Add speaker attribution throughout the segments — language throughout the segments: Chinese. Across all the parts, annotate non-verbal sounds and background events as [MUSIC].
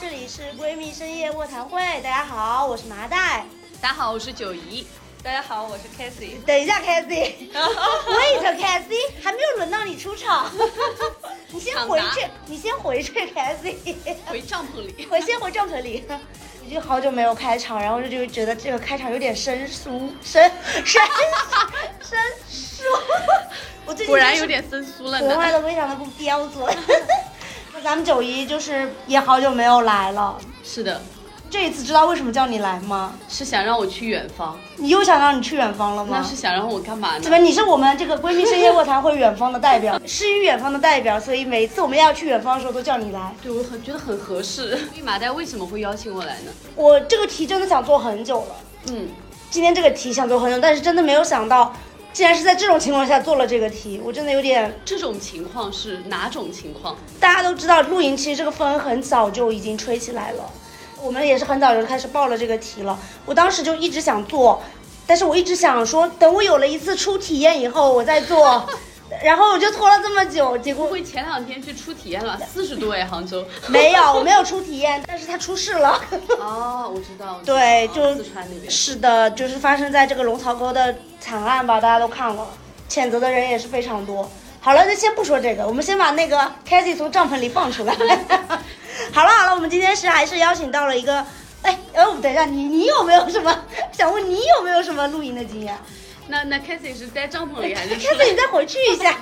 Speaker 1: 里是闺蜜深夜卧谈会，大家好，我是麻袋。
Speaker 2: 大家好，我是九姨。
Speaker 3: 大家好，我是 Cassie。
Speaker 1: 等一下 c a s s [LAUGHS] i w a i t c a s s i 还没有轮到你出
Speaker 2: [LAUGHS]
Speaker 1: 场，你先回去
Speaker 2: 抢，
Speaker 1: 你先回去 c a s s
Speaker 2: [LAUGHS]
Speaker 1: i
Speaker 2: [LAUGHS] 回帐篷
Speaker 3: [LAUGHS]
Speaker 2: 里。
Speaker 1: 我先回帐篷里。已经好久没有开场，然后就就觉得这个开场有点生疏，生
Speaker 2: [LAUGHS]
Speaker 1: 生生疏。我最近
Speaker 2: 果然
Speaker 1: 就是
Speaker 2: 有点生疏了
Speaker 1: 普通话
Speaker 2: 呢。
Speaker 1: 都非常的不标准。 [LAUGHS] 那咱们九一就是也好久没有来了，
Speaker 2: 是的，
Speaker 1: 这一次知道为什么叫你来吗？
Speaker 2: 是想让我去远方，
Speaker 1: 你又想让你去远方了
Speaker 2: 那
Speaker 1: 吗
Speaker 2: 是？想让我干嘛
Speaker 1: 怎
Speaker 2: 呢？
Speaker 1: 么？你是我们这个闺蜜深夜卧谈会远方的代
Speaker 2: [LAUGHS]
Speaker 1: 表，诗与远方的代表，所以每一次我们要去远方的时候都叫你来。
Speaker 2: 对我很觉得很合适。 [LAUGHS] 所以麻袋为什么会邀请我来呢？
Speaker 1: 我这个题真的想做很久了，
Speaker 2: 嗯，
Speaker 1: 今天这个题想做很久，但是真的没有想到，竟然是在这种情况下做了这个题，我真的有点
Speaker 2: 这种情况是哪种情况？
Speaker 1: 大家都知道，露营其实这个风很早就已经吹起来了，我们也是很早就开始报了这个题了。我当时就一直想做，但是我一直想说，等我有了一次初体验以后，我再做。 [LAUGHS] 然后我就拖了这么久，结
Speaker 2: 不
Speaker 1: 果
Speaker 2: 会前两天去出体验了，四十度哎，杭州。
Speaker 1: 没有，我没有初体验，但是它出事了。
Speaker 2: 哦，我知道。
Speaker 1: 对
Speaker 2: 哦
Speaker 1: 就
Speaker 2: 四川那边。
Speaker 1: 是的，就是发生在这个龙槽沟的惨案吧，大家都看了，谴责的人也是非常多。好了，那先不说这个，我们先把那个 c a s i e 从帐篷里放出来。 [LAUGHS] 好了好了，我们今天是还是邀请到了一个，哎，呃，等一下，你你有没有什么想问？你有没有什么露营的经验
Speaker 2: 那那 Cassie 是在帐篷
Speaker 1: c
Speaker 2: 里
Speaker 1: a
Speaker 2: 还
Speaker 1: s i
Speaker 2: 是出
Speaker 1: e
Speaker 2: 来
Speaker 1: [LAUGHS] 你？再回去一下。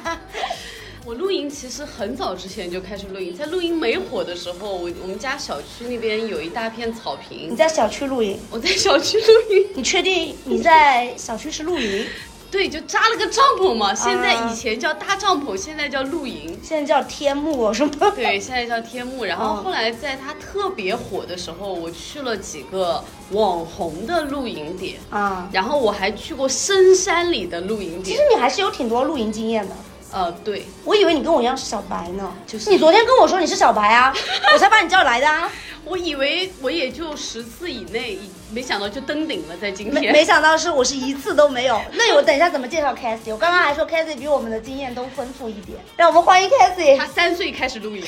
Speaker 2: 我露营其实很早之前就开始露营，在露营没火的时候，我我们家小区那边有一大片草
Speaker 1: 你
Speaker 2: 坪，
Speaker 1: 在小区露营，
Speaker 2: 我在小区露营。
Speaker 1: 你确定你在小区是露营？
Speaker 2: 对，就扎了个帐篷嘛。现在以前叫搭帐篷，现在叫露营。
Speaker 1: 现在叫天幕哦什么？
Speaker 2: 对，现在叫天幕。然后
Speaker 1: 哦
Speaker 2: 后来在它特别火的时候，我去了几个网红的露营点，
Speaker 1: 啊，
Speaker 2: 然后我还去过深山里的露营
Speaker 1: 其
Speaker 2: 点
Speaker 1: 实。你还是有挺多露营经验的。
Speaker 2: 呃，对，
Speaker 1: 我以为你跟我一样是小白呢，
Speaker 2: 就是
Speaker 1: 你昨天跟我说你是小白啊，我才把你叫来的 [LAUGHS] 啊，
Speaker 2: 我以为我也就十次以内，没想到就登顶了，在今
Speaker 1: 没
Speaker 2: 天。
Speaker 1: 没想到是我是一次都没有。那我等一下怎么介绍 c a s i e 我刚刚还说 c a s i e 比我们的经验都丰富一点，让我们欢迎 c a s i
Speaker 2: 他
Speaker 1: e
Speaker 2: 三岁开始露 [LAUGHS] 营，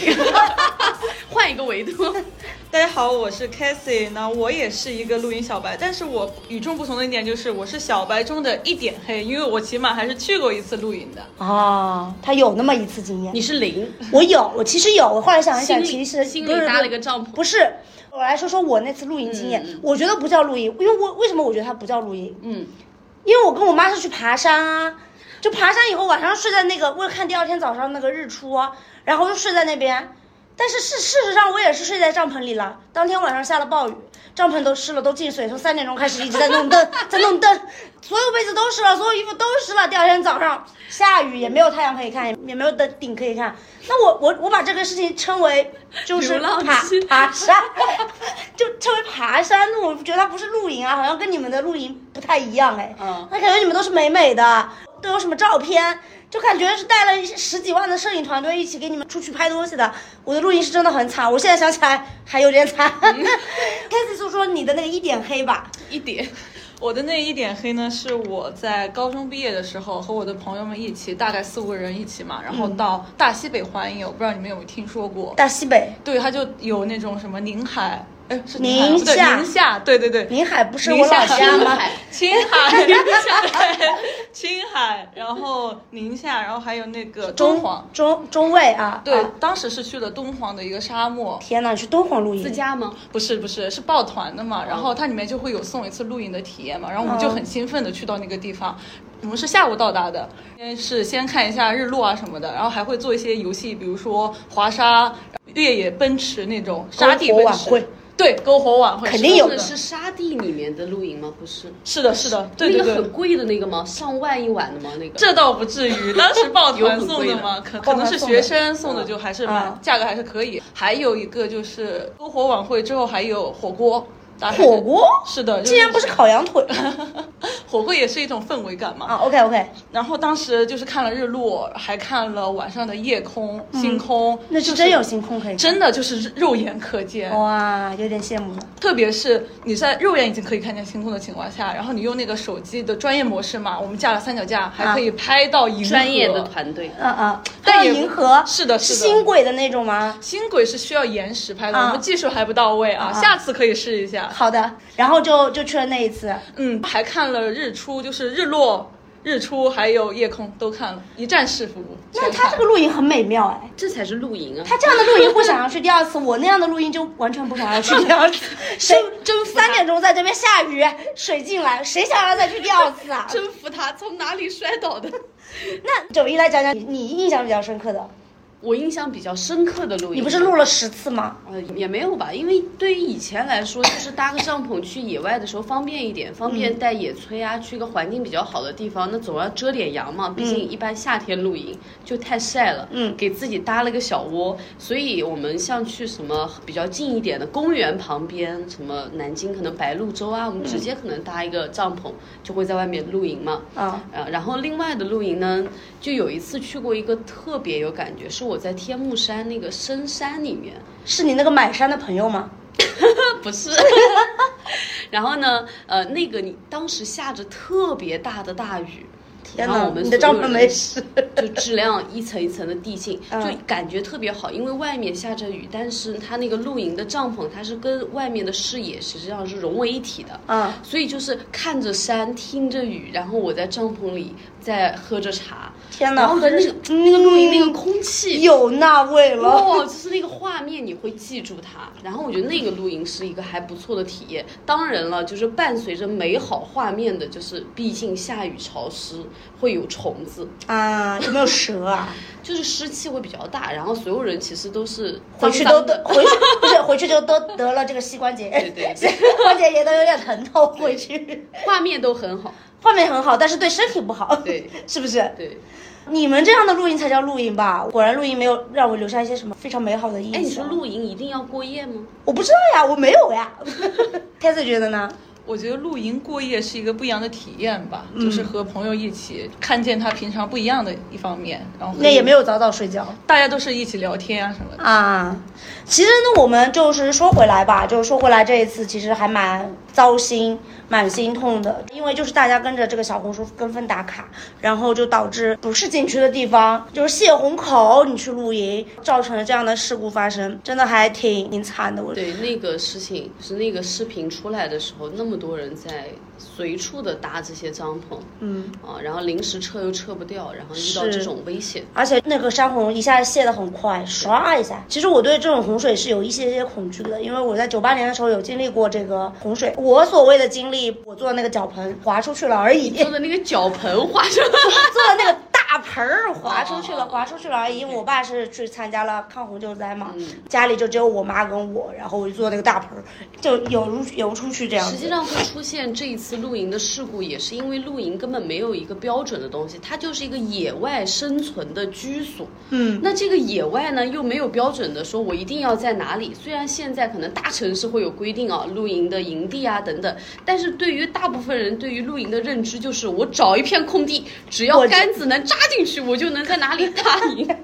Speaker 2: 换一个维度。
Speaker 3: 大家好，我是 Cassie。那我也是一个露营小白，但是我与众不同的一点就是，我是小白中的一点黑，因为我起码还是去过一次露营的。
Speaker 1: 啊，他有那么一次经验，
Speaker 2: 你是零，
Speaker 1: 我有，我其实有，我后来想一
Speaker 2: 心
Speaker 1: 想，
Speaker 2: 里
Speaker 1: 其实
Speaker 2: 心
Speaker 1: 不是
Speaker 2: 里搭了一个帐篷。
Speaker 1: 不是。我来说说我那次露营经验，我觉得不叫露营，因为我为什么我觉得它不叫露营？
Speaker 2: 嗯，
Speaker 1: 因为我跟我妈是去爬山啊，就爬山以后晚上睡在那个，为了看第二天早上那个日出啊，然后就睡在那边。但是事事实上我也是睡在帐篷里了。当天晚上下了暴雨，帐篷都湿了，都进水，从三点钟开始一直在弄 [LAUGHS] 灯，在弄灯，所有被子都湿了，所有衣服都湿了。第二天早上下雨，也没有太阳可以看，也没有的顶可以看。那我我我把这个事情称为就是
Speaker 2: 流
Speaker 1: 爬
Speaker 2: 浪记
Speaker 1: 爬山，就称为爬山。那我觉得它不是露营啊，好像跟你们的露营不太一样哎。
Speaker 2: 嗯
Speaker 1: 那感觉你们都是美美的，都有什么照片？就感觉是带了十几万的摄影团队一起给你们出去拍东西的。我的录音是真的很惨，我现在想起来还有点惨。开
Speaker 3: 嗯
Speaker 1: 始说说你的那个一点黑吧，
Speaker 2: 一点。
Speaker 3: 我的那一点黑呢，是我在高中毕业的时候和我的朋友们一起，大概四五个人一起嘛，
Speaker 1: 嗯
Speaker 3: 然后到大西北环游，我不知道你们有没有听说过？
Speaker 1: 大西北
Speaker 3: 对，它就有那种什么宁海，哎，是
Speaker 1: 宁
Speaker 3: 海
Speaker 1: 夏
Speaker 3: 吗对，宁夏，对对对，
Speaker 1: 临海不是
Speaker 3: 宁
Speaker 1: 我老
Speaker 3: 夏 [LAUGHS]
Speaker 1: 家
Speaker 2: 青
Speaker 1: 吗？
Speaker 2: 海
Speaker 3: 青海，对， [LAUGHS] 青海，然后宁夏，然后还有那个敦煌
Speaker 1: 中。中中卫啊，
Speaker 3: 对
Speaker 1: 啊，
Speaker 3: 当时是去了敦煌的一个沙漠，
Speaker 1: 天呐，你去敦煌露
Speaker 2: 自
Speaker 1: 营，
Speaker 2: 驾吗？
Speaker 3: 不是不是是抱团的
Speaker 1: 嗯
Speaker 3: 嘛，然后它里面就会有送一次露营的体验嘛，然后我们就很兴奋的去到那个地方，我们是下午到达的，先是先看一下日落啊什么的，然后还会做一些游戏，比如说滑沙、越野奔驰那种沙地
Speaker 1: 篝火
Speaker 3: 奔
Speaker 1: 晚
Speaker 3: 驰，
Speaker 1: 会
Speaker 3: 对，篝火晚会
Speaker 1: 肯定有
Speaker 2: 的
Speaker 1: 的
Speaker 2: 是沙地里面的露营吗？不是，
Speaker 3: 是的是的，对对
Speaker 2: 那个
Speaker 3: 对
Speaker 2: 很。贵的那个吗？上万一晚的吗？那个
Speaker 3: 这倒不至于，当
Speaker 1: [LAUGHS]
Speaker 3: 时抱
Speaker 2: 有
Speaker 3: 团
Speaker 2: 很
Speaker 3: 送
Speaker 2: 贵的
Speaker 3: 的嘛，可
Speaker 1: 抱
Speaker 3: 可
Speaker 1: 团
Speaker 3: 能是
Speaker 1: 送的
Speaker 3: 学生送的，就还是蛮、
Speaker 1: 嗯
Speaker 3: 价格还是可以。还有一个就是篝火晚会之后还有火锅，打卡
Speaker 1: 火锅
Speaker 3: 是的，就
Speaker 1: 竟然不是烤羊腿
Speaker 3: [LAUGHS] 火锅也是一种氛围感嘛。
Speaker 1: 啊！OK OK，
Speaker 3: 然后当时就是看了日落，还看了晚上的夜空、星空，
Speaker 1: 嗯那
Speaker 3: 就是
Speaker 1: 真有哦星空可以看，
Speaker 3: 真的就是肉眼可见。
Speaker 1: 哇，有点羡慕了。
Speaker 3: 特别是你在肉眼已经可以看见星空的情况下，然后你用那个手机的专业模式嘛，我们架了三脚架，还可以拍到银河。
Speaker 2: 专业的团队，
Speaker 1: 啊啊，
Speaker 3: 但
Speaker 1: 还有
Speaker 3: 也
Speaker 1: 银河
Speaker 3: 是的
Speaker 1: 是
Speaker 3: 是的
Speaker 1: 新轨的那种吗？
Speaker 3: 新轨是需要延时拍的，
Speaker 1: 啊
Speaker 3: 我们技术还不到位啊，下次可以试一下。
Speaker 1: 好的，然后就就去了那一次。
Speaker 3: 嗯，还看了日出，就是日落、日出还有夜空都看了，一站式服务。
Speaker 1: 那
Speaker 3: 全
Speaker 1: 他
Speaker 3: 看
Speaker 1: 这个露营很美妙哎，
Speaker 2: 这才是露营啊！
Speaker 1: 他这样的露营会想要去第二次，我那样的露营就完全不想要去第二
Speaker 2: [LAUGHS]
Speaker 1: 次。谁
Speaker 2: 征服他
Speaker 1: 三点钟在这边下雨，水进来，谁想要再去第二次
Speaker 2: [LAUGHS]
Speaker 1: 啊？
Speaker 2: 征服他从哪里摔倒的？
Speaker 1: 那九一来讲讲你你印象比较深刻的，
Speaker 2: 我印象比较深刻的露营，
Speaker 1: 你不是录了十次吗？
Speaker 2: 呃，也没有吧，因为对于以前来说，就是搭个帐篷去野外的时候方便一点，方便带野炊啊，去一个环境比较好的地方，那总要遮点阳嘛，毕竟一般夏天露营就太晒了，
Speaker 1: 嗯
Speaker 2: 给自己搭了个小窝，所以我们像去什么比较近一点的公园旁边，什么南京可能白鹭洲啊，我们直接可能搭一个帐篷，就会在外面露营嘛，
Speaker 1: 啊，
Speaker 2: 呃，然后另外的露营呢，就有一次去过一个特别有感觉，是我在天目山那个深山里面，
Speaker 1: 是你那个买山的朋友吗？
Speaker 2: 不是。 [LAUGHS] 然后呢，呃，那个你当时下着特别大的大雨，
Speaker 1: 天
Speaker 2: 然后
Speaker 1: 哪
Speaker 2: 啊我，们
Speaker 1: 你的帐
Speaker 2: 所有
Speaker 1: 篷
Speaker 2: 人
Speaker 1: 没事。
Speaker 2: 就质量一层一层的递进，
Speaker 1: 嗯
Speaker 2: 就感觉特别好，因为外面下着雨，但是它那个露营的帐篷，它是跟外面的视野实际上是融为一体的。
Speaker 1: 啊，
Speaker 2: 所以就是看着山，听着雨，然后我在帐篷里在喝着茶，
Speaker 1: 天哪，
Speaker 2: 然后那个嗯
Speaker 1: 那个
Speaker 2: 露营那个空气，
Speaker 1: 有那味了。
Speaker 2: 哦，就是那个画面你会记住它。然后我觉得那个露营是一个还不错的体验。当然了，就是伴随着美好画面的，就是毕竟下雨潮湿，会有虫子，
Speaker 1: [LAUGHS] 啊，有没有蛇啊？
Speaker 2: 就是湿气会比较大。然后所有人其实都是
Speaker 1: 回去
Speaker 2: 脏
Speaker 1: 都
Speaker 2: 脏
Speaker 1: 得
Speaker 2: 的。
Speaker 1: 回去 [LAUGHS] 不是回去就都得了这个膝关节，
Speaker 2: 对对
Speaker 1: 膝
Speaker 2: 对
Speaker 1: 关节炎都有点疼痛。回去
Speaker 2: 画面都很好，
Speaker 1: 画面很好，但是对身体不好，
Speaker 2: 对，
Speaker 1: [LAUGHS] 是不是？
Speaker 2: 对。
Speaker 1: 你们这样的露营才叫露营吧？果然露营没有让我留下一些什么非常美好的印
Speaker 2: 哎，
Speaker 1: 象。
Speaker 2: 你说露营一定要过夜吗？
Speaker 1: 我不知道呀，我没有
Speaker 2: [LAUGHS]
Speaker 1: 呀。天子觉得呢？
Speaker 3: 我觉得露营过夜是一个不一样的体验吧，
Speaker 1: 嗯
Speaker 3: 就是和朋友一起看见他平常不一样的一方面，然后
Speaker 1: 那也没
Speaker 3: 有，
Speaker 1: 有早早睡觉。
Speaker 3: 大家都是一起聊天啊什么的。
Speaker 1: 啊，其实呢，我们就是说回来吧，就是说回来这一次其实还蛮糟心、蛮心痛的，因为就是大家跟着这个小红书跟风打卡，然后就导致不是景区的地方，就是泄洪口你去露营，造成了这样的事故发生，真的还挺挺惨的。我
Speaker 2: 对，那个事情就是那个视频出来的时候，那么多人在随处的搭这些帐篷
Speaker 1: 嗯，
Speaker 2: 啊，然后临时撤又撤不掉，然后遇到
Speaker 1: 是
Speaker 2: 这种危险，
Speaker 1: 而且那个山洪一下泄得很快，唰一下。其实我对这种洪水是有一些些恐惧的，因为我在九八年的时候有经历过这个洪水。我所谓的经历，我坐那个脚盆滑出去了而已。
Speaker 2: 做的那个脚盆滑 [LAUGHS] 下来。
Speaker 1: 坐的那个大盆儿滑出去了，
Speaker 2: 哦
Speaker 1: 滑出去了而已。因为我爸是去参加了抗洪救灾嘛，
Speaker 2: 嗯
Speaker 1: 家里就只有我妈跟我，然后我就坐那个大盆儿，就游游出去这样
Speaker 2: 实际
Speaker 1: 子。
Speaker 2: 上会出现这一次露营的事故，也是因为露营根本没有一个标准的东西，它就是一个野外生存的居所。
Speaker 1: 嗯，
Speaker 2: 那这个野外呢，又没有标准的说我一定要在哪里。虽然现在可能大城市会有规定啊，露营的营地啊等等，但是对于大部分人对于露营的认知就是，我找一片空地，只要
Speaker 1: 我
Speaker 2: 杆子能扎进去，我就能在哪里 [LAUGHS] 搭营。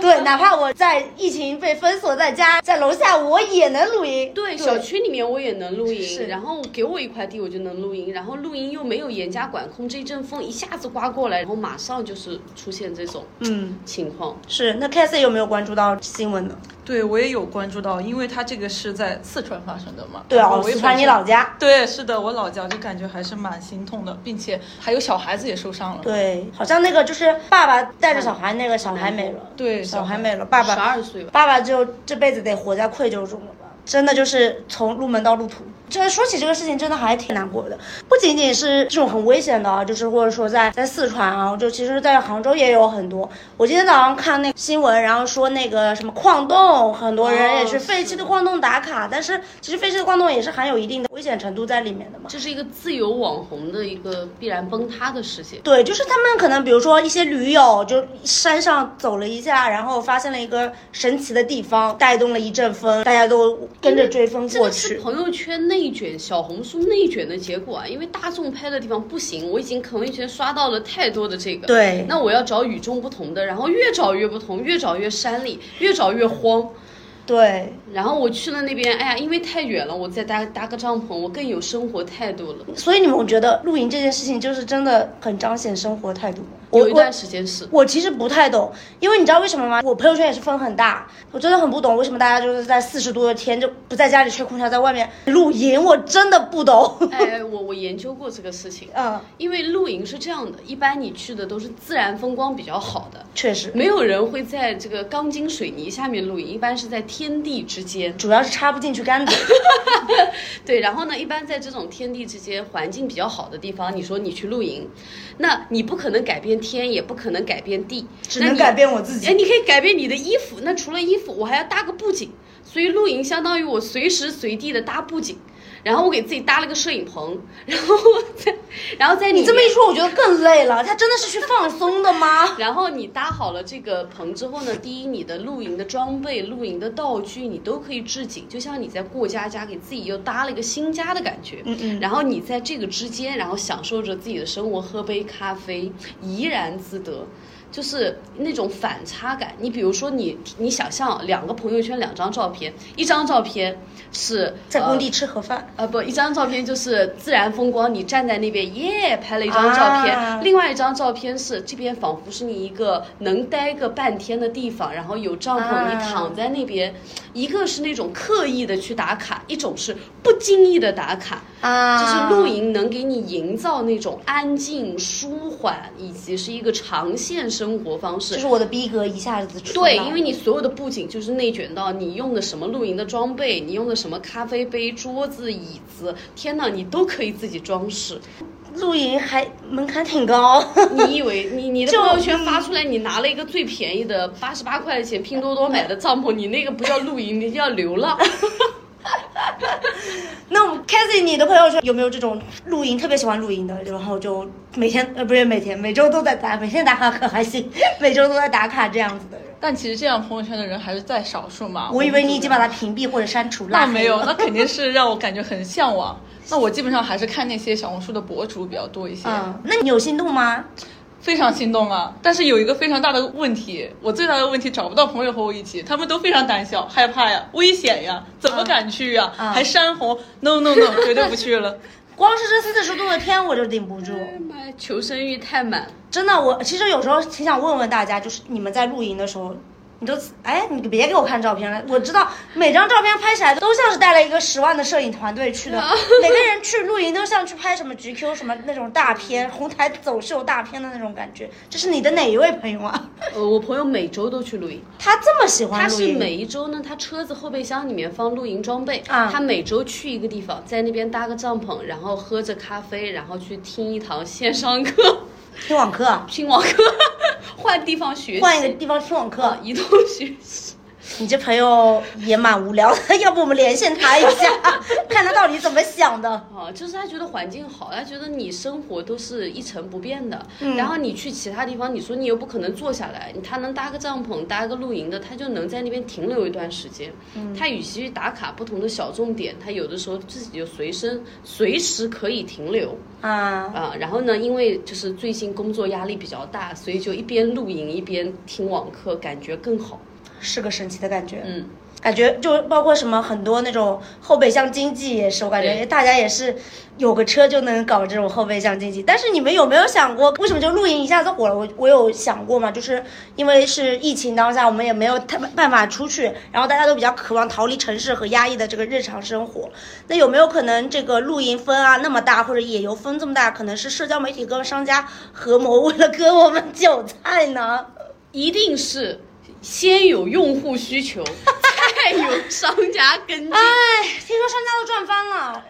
Speaker 1: 对，哪怕我在疫情被封锁在家，在楼下我也能露营。
Speaker 2: 对，小区里面我也能露
Speaker 1: 是
Speaker 2: 营，然后给我一块地我就能露营，然后露营又没有严加管控，这一阵风一下子刮过来，然后马上就是出现这种
Speaker 1: 嗯，
Speaker 2: 情况。
Speaker 1: 是。那 Cassie 有没有关注到新闻呢？
Speaker 3: 对我也有关注到，因为它这个是在四川发生的嘛。
Speaker 1: 对
Speaker 3: 然后
Speaker 1: 哦，
Speaker 3: 我也
Speaker 1: 四川
Speaker 3: 本
Speaker 1: 你
Speaker 3: 身
Speaker 1: 老家。
Speaker 3: 对，是的，我老家就感觉还是蛮心痛的，并且还有小孩子也受伤了。
Speaker 1: 对，好像那个就是爸爸带着小孩，那个小孩没了，
Speaker 3: 对
Speaker 1: 小
Speaker 3: 小
Speaker 1: 孩
Speaker 3: 孩
Speaker 1: 没了，爸爸
Speaker 2: 十二岁吧，
Speaker 1: 爸爸就这辈子得活在愧疚中了吧？真的就是从入门到入土。这说起这个事情，真的还挺难过的。不仅仅是这种很危险的啊，就是或者说在在四川啊，就其实，在杭州也有很多。我今天早上看那个新闻，然后说那个什么矿洞，很多人也去
Speaker 2: 哦
Speaker 1: 废弃的
Speaker 2: 是
Speaker 1: 矿洞打卡，但是其实废弃的矿洞也是含有一定的危险程度在里面的嘛。
Speaker 2: 这是一个自由网红的一个必然崩塌的事情。
Speaker 1: 对，就是他们可能比如说一些驴友就山上走了一下，然后发现了一个神奇的地方，带动了一阵风，大家都跟着追风
Speaker 2: 这
Speaker 1: 过
Speaker 2: 个是
Speaker 1: 去。
Speaker 2: 朋友圈内卷、小红书内卷的结果啊，因为大众拍的地方不行，我已经朋友圈刷到了太多的这个，
Speaker 1: 对
Speaker 2: 那我要找与众不同的，然后越找越不同，越找越山里，越找越荒，
Speaker 1: 对，
Speaker 2: 然后我去了那边，哎呀，因为太远了，我再搭搭个帐篷，我更有生活态度了。
Speaker 1: 所以你们觉得露营这件事情就是真的很彰显生活态度吗？我
Speaker 2: 有一
Speaker 1: 我
Speaker 2: 段时间是，
Speaker 1: 我其实不太懂，因为你知道为什么吗？我朋友圈也是分很大，我真的很不懂为什么大家就是在四十多的天就不在家里吹空调，在外面露营，我真的不懂。
Speaker 2: 哎，我我研究过这个事情，
Speaker 1: 嗯，
Speaker 2: 因为露营是这样的，一般你去的都是自然风光比较好的，
Speaker 1: 确实，
Speaker 2: 没有人会在这个钢筋水泥下面露营，一般是在天地之间。
Speaker 1: 主要是插不进去杆子。
Speaker 2: 对，然后呢，一般在这种天地之间环境比较好的地方，你说你去露营，那你不可能改变天，也不可能改变地，
Speaker 1: 只
Speaker 2: 那
Speaker 1: 能
Speaker 2: 你
Speaker 1: 改变我自己
Speaker 2: 哎，你可以改变你的衣服，那除了衣服，我还要搭个布景，所以露营相当于我随时随地的搭布景。然后我给自己搭了个摄影棚，然后在，然后在
Speaker 1: 你这么一说，我觉得更累了。他真的是去放松的吗？
Speaker 2: 然后你搭好了这个棚之后呢，第一，你的露营的装备、露营的道具你都可以置景，就像你在过家家，给自己又搭了一个新家的感觉。
Speaker 1: 嗯嗯
Speaker 2: 然后你在这个之间，然后享受着自己的生活，喝杯咖啡，怡然自得。就是那种反差感。你比如说你，你想象两个朋友圈两张照片，一张照片是
Speaker 1: 在工
Speaker 2: 呃
Speaker 1: 地吃盒饭，
Speaker 2: 呃，不，一张照片就是自然风光，你站在那边，耶，拍了一张照片。
Speaker 1: 啊
Speaker 2: 另外一张照片是这边仿佛是你一个能待个半天的地方，然后有帐篷，
Speaker 1: 啊
Speaker 2: 你躺在那边。一个是那种刻意的去打卡，一种是不经意的打卡。
Speaker 1: 啊
Speaker 2: 就是露。营能给你营造那种安静、舒缓，以及是一个长线生活方式。
Speaker 1: 就是我的逼格一下子出
Speaker 2: 对，
Speaker 1: 来
Speaker 2: 因为你所有的布景就是内卷到你用的什么露营的装备，你用的什么咖啡杯、桌子、椅子，天呐，你都可以自己
Speaker 1: [LAUGHS]
Speaker 2: 装饰。
Speaker 1: 露营还门槛挺高。 [LAUGHS]
Speaker 2: 你以为你你的
Speaker 1: 就嗯
Speaker 2: 朋友圈发出来，你拿了一个最便宜的八十八块钱拼多多买的帐篷，你那个不叫露营，你叫
Speaker 1: [LAUGHS]
Speaker 2: 流浪。
Speaker 1: 那我们 c a t h y 你的朋友圈有没有这种露营特别喜欢露营的，然后就每天呃不是每天每周都在打，每天打卡可还行， [LAUGHS] 每周都在打卡这样子的人。
Speaker 3: 但其实这样朋友圈的人还是在少数嘛。
Speaker 1: 我以为你已
Speaker 3: 们
Speaker 1: 经把它屏蔽或者删除了。
Speaker 3: 那没有，那肯定是让我感觉很向
Speaker 1: [LAUGHS]
Speaker 3: 往。那我基本上还是看那些小红书的博主比较多一些，
Speaker 1: 嗯，那你有心动吗？
Speaker 3: 非常心动啊！但是有一个非常大的问题，我最大的问题找不到朋友和我一起，他们都非常胆小、害怕呀、危险呀，怎么敢去呀？
Speaker 1: 嗯
Speaker 3: 还山洪，no no no，绝对不去了。
Speaker 1: 光是这四十度的天我就顶不住，
Speaker 2: 妈呀，求生欲太满。
Speaker 1: 真的。我其实有时候挺想问问大家，就是你们在露营的时候，你都哎，你别给我看照片了，我知道每张照片拍起来都像是带了一个十万的摄影团队去的，每个人去露营都像去拍什么 GQ 什么那种大片，红台走秀大片的那种感觉。这是你的哪一位朋友啊？
Speaker 2: 呃，我朋友每周都去露营。
Speaker 1: [LAUGHS] 他这么喜
Speaker 2: 他
Speaker 1: 欢露
Speaker 2: 是
Speaker 1: 营？
Speaker 2: 每一周呢，他车子后备箱里面放露营装备，
Speaker 1: 啊
Speaker 2: 他每周去一个地方，在那边搭个帐篷，然后喝着咖啡，然后去听一堂线上课，
Speaker 1: 听网课，啊
Speaker 2: 听网课，换地方学习，
Speaker 1: 换一个地方听网课
Speaker 2: 啊。移动学习。
Speaker 1: 你这朋友也蛮无聊的， [LAUGHS] 要不我们连线他一 [LAUGHS] 下，看他到底怎么想的。
Speaker 2: 啊，就是他觉得环境好，他觉得你生活都是一成不变的，
Speaker 1: 嗯
Speaker 2: 然后你去其他地方，你说你又不可能坐下来，他能搭个帐篷，搭个露营的，他就能在那边停留一段时间。
Speaker 1: 嗯
Speaker 2: 他与其去打卡不同的小重点，他有的时候自己就随身随时可以停留
Speaker 1: 啊，
Speaker 2: 啊、然后呢，因为就是最近工作压力比较大，所以就一边露营一边听网课，感觉更好。
Speaker 1: 是个神奇的感觉。
Speaker 2: 嗯，
Speaker 1: 感觉就包括什么很多那种后备箱经济也是，我感觉
Speaker 2: 对
Speaker 1: 大家也是有个车就能搞这种后备箱经济。但是你们有没有想过，为什么就露营一下子火了？我我有想过嘛，就是因为是疫情当下，我们也没有太办法出去，然后大家都比较渴望逃离城市和压抑的这个日常生活。那有没有可能这个露营风啊那么大，或者野游风这么大，可能是社交媒体跟商家合谋为了割我们韭菜呢？
Speaker 2: 一定是先有用户需求， [LAUGHS] 再有商家跟进。
Speaker 1: 哎，听说商家都赚翻了。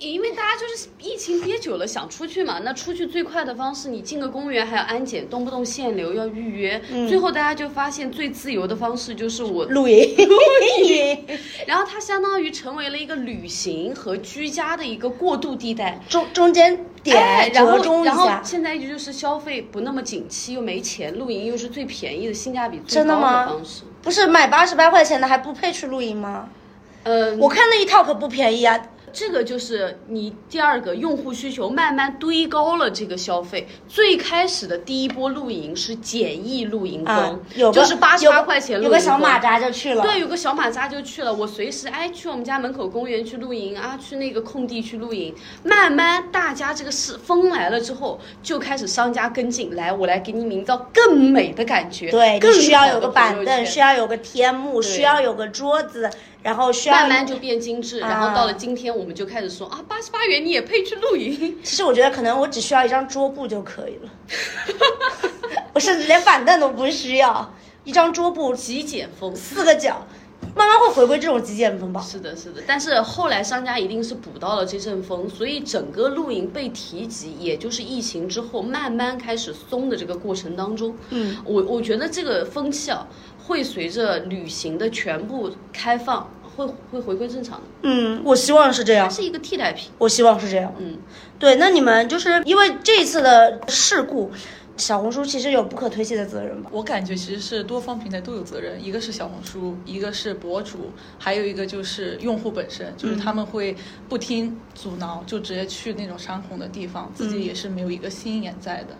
Speaker 2: 因为大家就是疫情憋久了，想出去嘛。那出去最快的方式，你进个公园还要安检，动不动限流要预约。最后大家就发现最自由的方式就是我，
Speaker 1: 露营，露营，
Speaker 2: 然后它相当于成为了一个旅行和居家的一个过渡地带。
Speaker 1: [LAUGHS] 中中间
Speaker 2: 哎
Speaker 1: 点
Speaker 2: 然
Speaker 1: 折
Speaker 2: 后
Speaker 1: 中一
Speaker 2: 然后
Speaker 1: 下，
Speaker 2: 现在就是消费不那么景气，又没钱，露营又是最便宜的性价比最
Speaker 1: 真的
Speaker 2: 高
Speaker 1: 吗
Speaker 2: 方式。
Speaker 1: 不是买八十八块钱的还不配去露营吗？
Speaker 2: 呃，
Speaker 1: 我看那一套可不便宜啊，
Speaker 2: 这个就是你第二个用户需求慢慢堆高了这个消费。最开始的第一波露营是简易露营风，
Speaker 1: 啊，有个
Speaker 2: 就是八十
Speaker 1: 有个
Speaker 2: 八块钱露
Speaker 1: 有
Speaker 2: 营
Speaker 1: 个小马
Speaker 2: 扎，
Speaker 1: 扎就去了，
Speaker 2: 对，有个小马扎就去了。我随时哎去我们家门口公园去露营啊，去那个空地去露营。慢慢大家这个是风来了之后，就开始商家跟进来，我来给你营造更美的感觉，
Speaker 1: 对，
Speaker 2: 更
Speaker 1: 你需要
Speaker 2: 好
Speaker 1: 有个
Speaker 2: 的
Speaker 1: 板
Speaker 2: 朋友
Speaker 1: 凳，
Speaker 2: 圈
Speaker 1: 需要有个天幕，
Speaker 2: 对
Speaker 1: 需要有个桌子，然后需要
Speaker 2: 慢慢就变精致，然
Speaker 1: 啊
Speaker 2: 后到了今天，我们就开始说啊，八十八元你也配去露营？
Speaker 1: 其实我觉得可能我只需要一张桌布就可以了， [LAUGHS] 我甚至连板凳都不需要，一张桌布
Speaker 2: 极简风。
Speaker 1: 四个角，慢慢会回归这种极简风吧。
Speaker 2: 是的，是的，但是后来商家一定是补到了这阵风，所以整个露营被提及，也就是疫情之后慢慢开始松的这个过程当中，
Speaker 1: 嗯，
Speaker 2: 我我觉得这个风气啊，会随着旅行的全部开放，会会回归正常的，
Speaker 1: 嗯，我希望是这
Speaker 2: 它
Speaker 1: 样，
Speaker 2: 是一个替代品。
Speaker 1: 我希望是这样。
Speaker 2: 嗯，
Speaker 1: 对，那你们就是因为这次的事故，小红书其实有不可推卸的责任吧？
Speaker 3: 我感觉其实是多方平台都有责任，一个是小红书，一个是博主，还有一个就是用户本身，就是他们会不听阻挠，就直接去那种山洪的地方，自己也是没有一个心眼在的。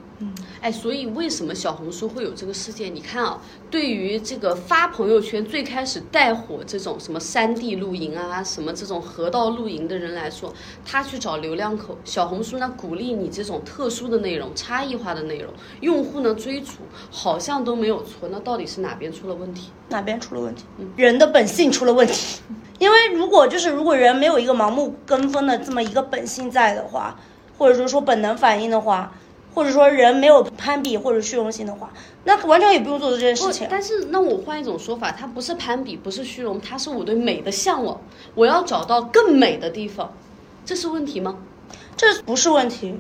Speaker 2: 哎，所以为什么小红书会有这个事件？你看啊，对于这个发朋友圈最开始带火这种什么山地露营啊，什么这种河道露营的人来说，他去找流量口，小红书呢鼓励你这种特殊的内容、差异化的内容，用户呢追逐，好像都没有错。那到底是哪边出了问题？
Speaker 1: 哪边出了问题？
Speaker 2: 嗯
Speaker 1: 人的本性出了问题。因为如果就是如果人没有一个盲目跟风的这么一个本性在的话，或者是说本能反应的话，或者说人没有攀比或者虚荣心的话，那完全也不用做这件事
Speaker 2: 不
Speaker 1: 情。
Speaker 2: 但是那我换一种说法，它不是攀比，不是虚荣，它是我对美的向往，我要找到更美的地方，这是问题吗？
Speaker 1: 这不是问题。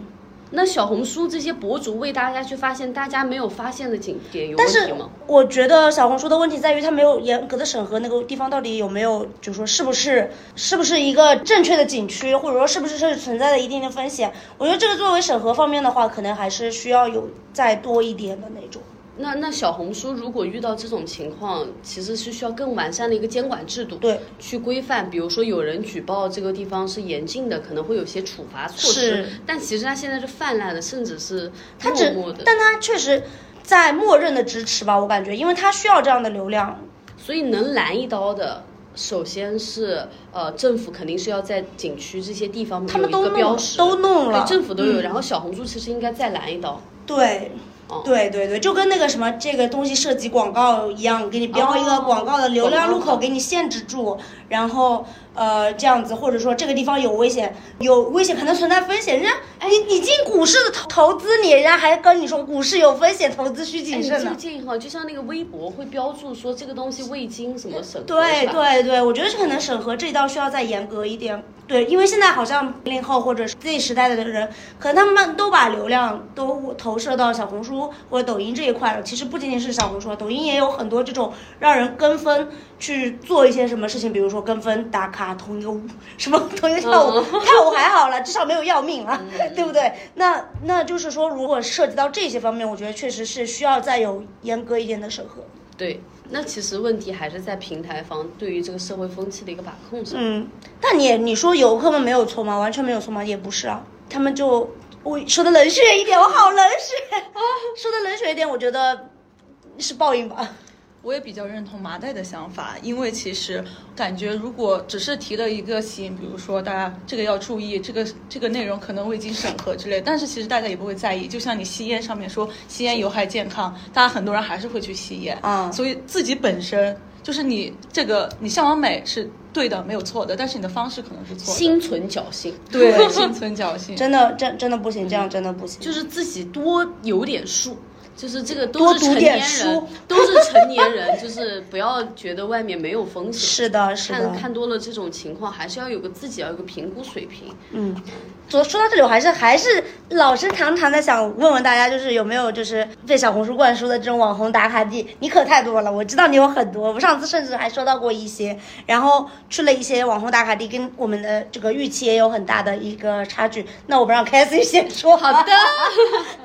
Speaker 2: 那小红书这些博主为大家去发现大家没有发现的景点有
Speaker 1: 但
Speaker 2: 问题
Speaker 1: 是
Speaker 2: 吗？
Speaker 1: 我觉得小红书的问题在于它没有严格的审核那个地方到底有没有，就是说是不是是不是一个正确的景区，或者说是不是是存在的一定的风险。我觉得这个作为审核方面的话，可能还是需要有再多一点的那种。
Speaker 2: 那那小红书如果遇到这种情况，其实是需要更完善的一个监管制度，
Speaker 1: 对，
Speaker 2: 去规范。比如说有人举报这个地方是严禁的，可能会有些处罚措施
Speaker 1: 是，
Speaker 2: 但其实它现在是泛滥的，甚至是
Speaker 1: 他只
Speaker 2: 默默的，。
Speaker 1: 但他确实在默认的支持吧，我感觉，因为他需要这样的流量。
Speaker 2: 所以能拦一刀的。首先是呃，政府肯定是要在景区这些地方
Speaker 1: 他们
Speaker 2: 有一
Speaker 1: 都
Speaker 2: 个
Speaker 1: 弄
Speaker 2: 标
Speaker 1: 了
Speaker 2: 识，
Speaker 1: 都弄了
Speaker 2: 对政府都有。
Speaker 1: 嗯
Speaker 2: 然后小红书其实应该再拦一刀，
Speaker 1: 对，
Speaker 2: 哦
Speaker 1: 对对对，就跟那个什么这个东西涉及广告一样，给你标一个
Speaker 2: 哦
Speaker 1: 广告的流量入
Speaker 2: 广告
Speaker 1: 口，给你限制住，然后呃这样子，或者说这个地方有危险，有危险可能存在风险，人家、你你进股市的投投资你，人家还跟你说股市有风险，投资需
Speaker 2: 哎，
Speaker 1: 谨
Speaker 2: 你
Speaker 1: 慎
Speaker 2: 这
Speaker 1: 呢
Speaker 2: 个。建议很好，就像那个微博会标注说这个东西未经什么审核，
Speaker 1: 对
Speaker 2: 是吧，
Speaker 1: 对对，我觉得可能审核这一道需要再严格一点。对，因为现在好像零零后或者是 Z 时代的人，可能他们都把流量都投射到小红书或者抖音这一块了。其实不仅仅是小红书，啊抖音也有很多这种让人跟风去做一些什么事情，比如说跟风打卡同一个舞，什么 [LAUGHS] 同一个跳舞，
Speaker 2: 嗯
Speaker 1: 跳舞还好了，至少没有要命啊， [LAUGHS] 对不对？那那就是说，如果涉及到这些方面，我觉得确实是需要再有严格一点的审核。
Speaker 2: 对那其实问题还是在平台方对于这个社会风气的一个把控上。
Speaker 1: 嗯，但你你说游客们没有错吗？完全没有错吗？也不是啊，他们就我说的冷血一点，我好冷血啊，说的冷血一点，我觉得是报应吧。
Speaker 3: 我也比较认同麻袋的想法，因为其实感觉如果只是提了一个醒，比如说大家这个要注意，这个这个内容可能未经审核之类，但是其实大家也不会在意。就像你吸烟上面说吸烟有害健康，大家很多人还是会去吸烟
Speaker 1: 啊
Speaker 3: 所以自己本身就是你这个你向往美是对的，没有错的，但是你的方式可能是错的。
Speaker 2: 心存侥幸，
Speaker 3: 对，心存侥幸。
Speaker 1: 真的，真真的不行，这
Speaker 2: 嗯
Speaker 1: 样真的不行。
Speaker 2: 就是自己多有点数，就是这个
Speaker 1: 多
Speaker 2: 都
Speaker 1: 读
Speaker 2: 是成
Speaker 1: 点
Speaker 2: 年
Speaker 1: 书
Speaker 2: 人，都是成年人，就是不要觉得外面没有风险。
Speaker 1: 是的，是的
Speaker 2: 看，看多了这种情况，还是要有个自己要有个评估水平。
Speaker 1: 嗯。说说到这里，我还是还是老生常谈的想问问大家，就是有没有就是被小红书灌输的这种网红打卡地？你可太多了，我知道你有很多。我上次甚至还收到过一些，然后去了一些网红打卡地，跟我们的这个预期也有很大的一个差距。那我们让 c a s s y 先说，
Speaker 2: 好的，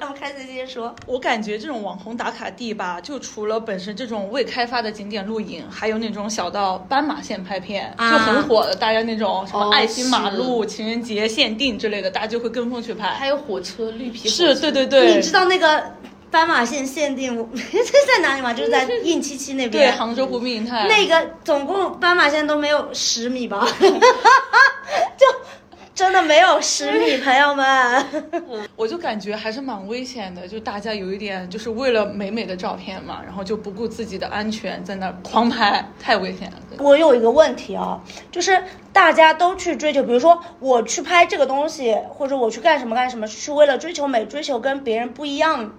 Speaker 1: 那么 c a s s y 先说。
Speaker 3: 我感觉这种网红打卡地吧，就除了本身这种未开发的景点露营，还有那种小到斑马线拍片，
Speaker 1: 啊
Speaker 3: 就很火的，大家那种什么
Speaker 2: 哦
Speaker 3: 爱心马
Speaker 2: 是
Speaker 3: 路、情人节限定之类的，大家就会跟风去拍。
Speaker 2: [LAUGHS] 还有火车绿皮火
Speaker 3: 是
Speaker 2: 车
Speaker 3: 对对对，
Speaker 1: 你知道那个斑马线限定 [LAUGHS] 这在哪里吗？就是在印七七那
Speaker 3: 对
Speaker 1: 边。
Speaker 3: 杭州湖滨银泰
Speaker 1: 那个总共斑马线都没有十米吧， [LAUGHS] 就真的没有十米，朋友们。 [LAUGHS]
Speaker 3: 我就感觉还是蛮危险的，就大家有一点就是为了美美的照片嘛，然后就不顾自己的安全，在那儿狂拍，太危险了。
Speaker 1: 我有一个问题啊，就是大家都去追求，比如说我去拍这个东西，或者我去干什么干什么，是为了追求美，追求跟别人不一样。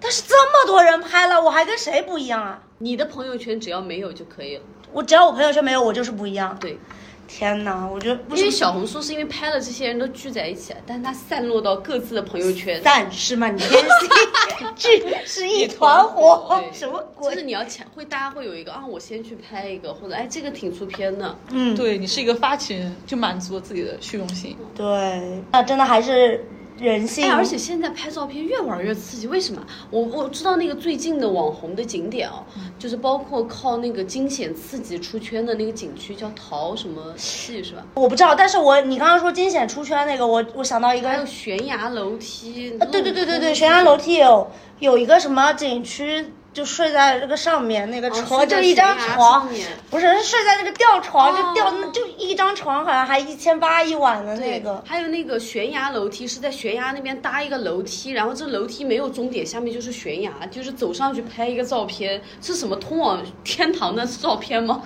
Speaker 1: 但是这么多人拍了，我还跟谁不一样啊？
Speaker 2: 你的朋友圈只要没有就可以了。
Speaker 1: 我只要我朋友圈没有，我就是不一样。
Speaker 2: 对，
Speaker 1: 天哪，我觉得不
Speaker 2: 因为
Speaker 1: 是
Speaker 2: 小红书是因为拍了这些人都聚在一起，但他散落到各自的朋友圈。
Speaker 1: 但是嘛，你天性聚是一团火，
Speaker 2: 对
Speaker 1: 哦什么
Speaker 2: 就
Speaker 1: 鬼
Speaker 2: 是？你要抢，会大家会有一个啊，我先去拍一个，或者哎这个挺出片的，
Speaker 1: 嗯，
Speaker 3: 对你是一个发起人，就满足了自己的虚荣心。
Speaker 1: 对，那真的还是人
Speaker 2: 哎，
Speaker 1: 性。
Speaker 2: 而且现在拍照片越玩越刺激，为什么？我我知道那个最近的网红的景点哦，
Speaker 1: 嗯
Speaker 2: 就是包括靠那个惊险刺激出圈的那个景区叫桃什么系是吧？
Speaker 1: 我不知道，但是我你刚刚说惊险出圈那个，我我想到一个
Speaker 2: 还有悬崖楼梯。
Speaker 1: 啊，
Speaker 2: 嗯
Speaker 1: 对对对对对，悬崖楼梯有有一个什么景区，就睡在这个上面
Speaker 2: 哦
Speaker 1: 那个床，就一张床，不是是睡在那个吊床，就吊那
Speaker 2: 哦
Speaker 1: 就一张床，好像还一千八一晚的那
Speaker 2: 对
Speaker 1: 个，。
Speaker 2: 还有那个悬崖楼梯是在悬崖那边搭一个楼梯，然后这楼梯没有终点，下面就是悬崖，就是走上去拍一个照片，是什么通往天堂的照片吗？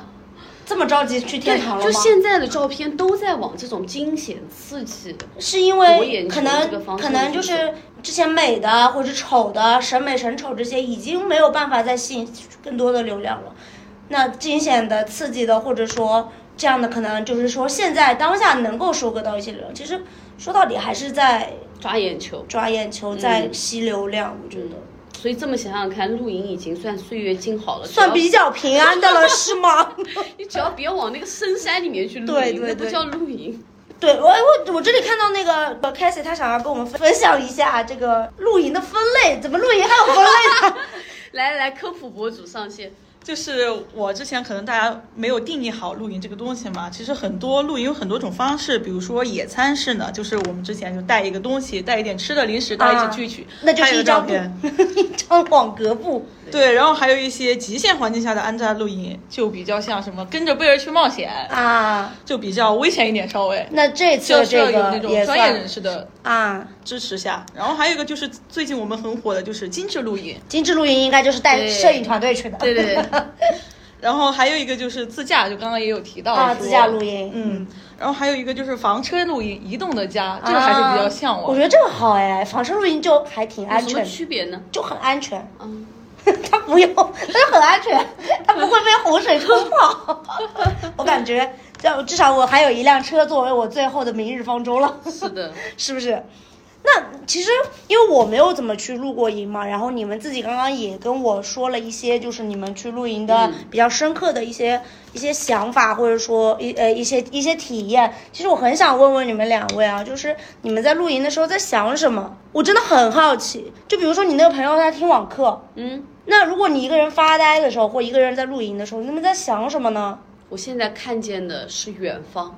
Speaker 1: 这么着急去 [LAUGHS] 天堂了
Speaker 2: 就
Speaker 1: 吗？
Speaker 2: 现在的照片都在往这种惊险刺激。
Speaker 1: 是因
Speaker 2: 我
Speaker 1: 为
Speaker 2: 研究
Speaker 1: 可
Speaker 2: 这个
Speaker 1: 能
Speaker 2: 方
Speaker 1: 可
Speaker 2: 向
Speaker 1: 能就
Speaker 2: 去走
Speaker 1: 是之前美的或者丑的审美审丑这些已经没有办法再吸引更多的流量了，那惊险的刺激的或者说这样的可能就是说现在当下能够收割到一些流量，其实说到底还是在
Speaker 2: 抓眼球。
Speaker 1: 抓眼球，在
Speaker 2: 嗯
Speaker 1: 吸流量，我觉得
Speaker 2: 所以这么想想看，露营已经算岁月静好了，
Speaker 1: 算比
Speaker 2: 比
Speaker 1: 较平安的了，是吗？
Speaker 2: [LAUGHS]
Speaker 1: [LAUGHS]
Speaker 2: 你只要别往那个深山里面去露
Speaker 1: 对
Speaker 2: 营，
Speaker 1: 对
Speaker 2: 那不
Speaker 1: 对
Speaker 2: 叫露营。
Speaker 1: 对我我我这里看到那个呃 c a s s 他想要跟我们分享一下这个露营的分类，怎么露营还有分类呢？
Speaker 2: 来来来，科普博主上线，
Speaker 3: 就是我之前可能大家没有定义好露营这个东西嘛，其实很多露营有很多种方式，比如说野餐式呢，就是我们之前就带一个东西，带一点吃的零食，大家一起聚一聚，
Speaker 1: 啊那就
Speaker 3: 拍
Speaker 1: 是一
Speaker 3: 个照
Speaker 1: 张布
Speaker 3: 片。，
Speaker 1: [LAUGHS] 一张网格
Speaker 3: [LAUGHS]
Speaker 1: 布。
Speaker 3: 对，然后还有一些极限环境下的安家露营，就比较像什么跟着贝儿去冒险，
Speaker 1: 啊，
Speaker 3: 就比较危险一点，稍微
Speaker 1: 那这
Speaker 3: 需要
Speaker 1: 次
Speaker 3: 需要
Speaker 1: 这
Speaker 3: 有那
Speaker 1: 个
Speaker 3: 种
Speaker 1: 也
Speaker 3: 专业人
Speaker 1: 算
Speaker 3: 士的
Speaker 1: 啊，
Speaker 3: 支持下。然后还有一个就是最近我们很火的就是精致露营，
Speaker 1: 精致露营应该就是带
Speaker 2: 对
Speaker 1: 摄影团队去的。
Speaker 2: 对 [LAUGHS] 对对，
Speaker 3: 然后还有一个就是自驾，就刚刚也有提
Speaker 1: [LAUGHS]
Speaker 3: 到
Speaker 1: 啊，
Speaker 3: 说
Speaker 1: 自驾露营，
Speaker 3: 嗯，然后还有一个就是房车露营，移动的家，
Speaker 1: 啊
Speaker 3: 这个还是比较向
Speaker 1: 我
Speaker 3: 往。
Speaker 1: 觉得这个好哎，房车露营就还挺安
Speaker 2: 有什么
Speaker 1: 全，
Speaker 2: 区别呢？
Speaker 1: 就很安全。
Speaker 2: 嗯，
Speaker 1: [LAUGHS] 它不用，它就很安全，它不会被洪水冲
Speaker 3: [LAUGHS]
Speaker 1: 跑。我感觉，至至少我还有一辆车作为我最后的明日方舟了，
Speaker 2: 是的，
Speaker 1: 是不是？那其实因为我没有怎么去露过营嘛，然后你们自己刚刚也跟我说了一些，就是你们去露营的
Speaker 2: 嗯
Speaker 1: 比较深刻的一些、一些想法，或者说一呃一些一些体验。其实我很想问问你们两位啊，就是你们在露营的时候在想什么？我真的很好奇。就比如说你那个朋友他听网课，
Speaker 2: 嗯，
Speaker 1: 那如果你一个人发呆的时候，或一个人在露营的时候，你们在想什么呢？
Speaker 2: 我现在看见的是远方，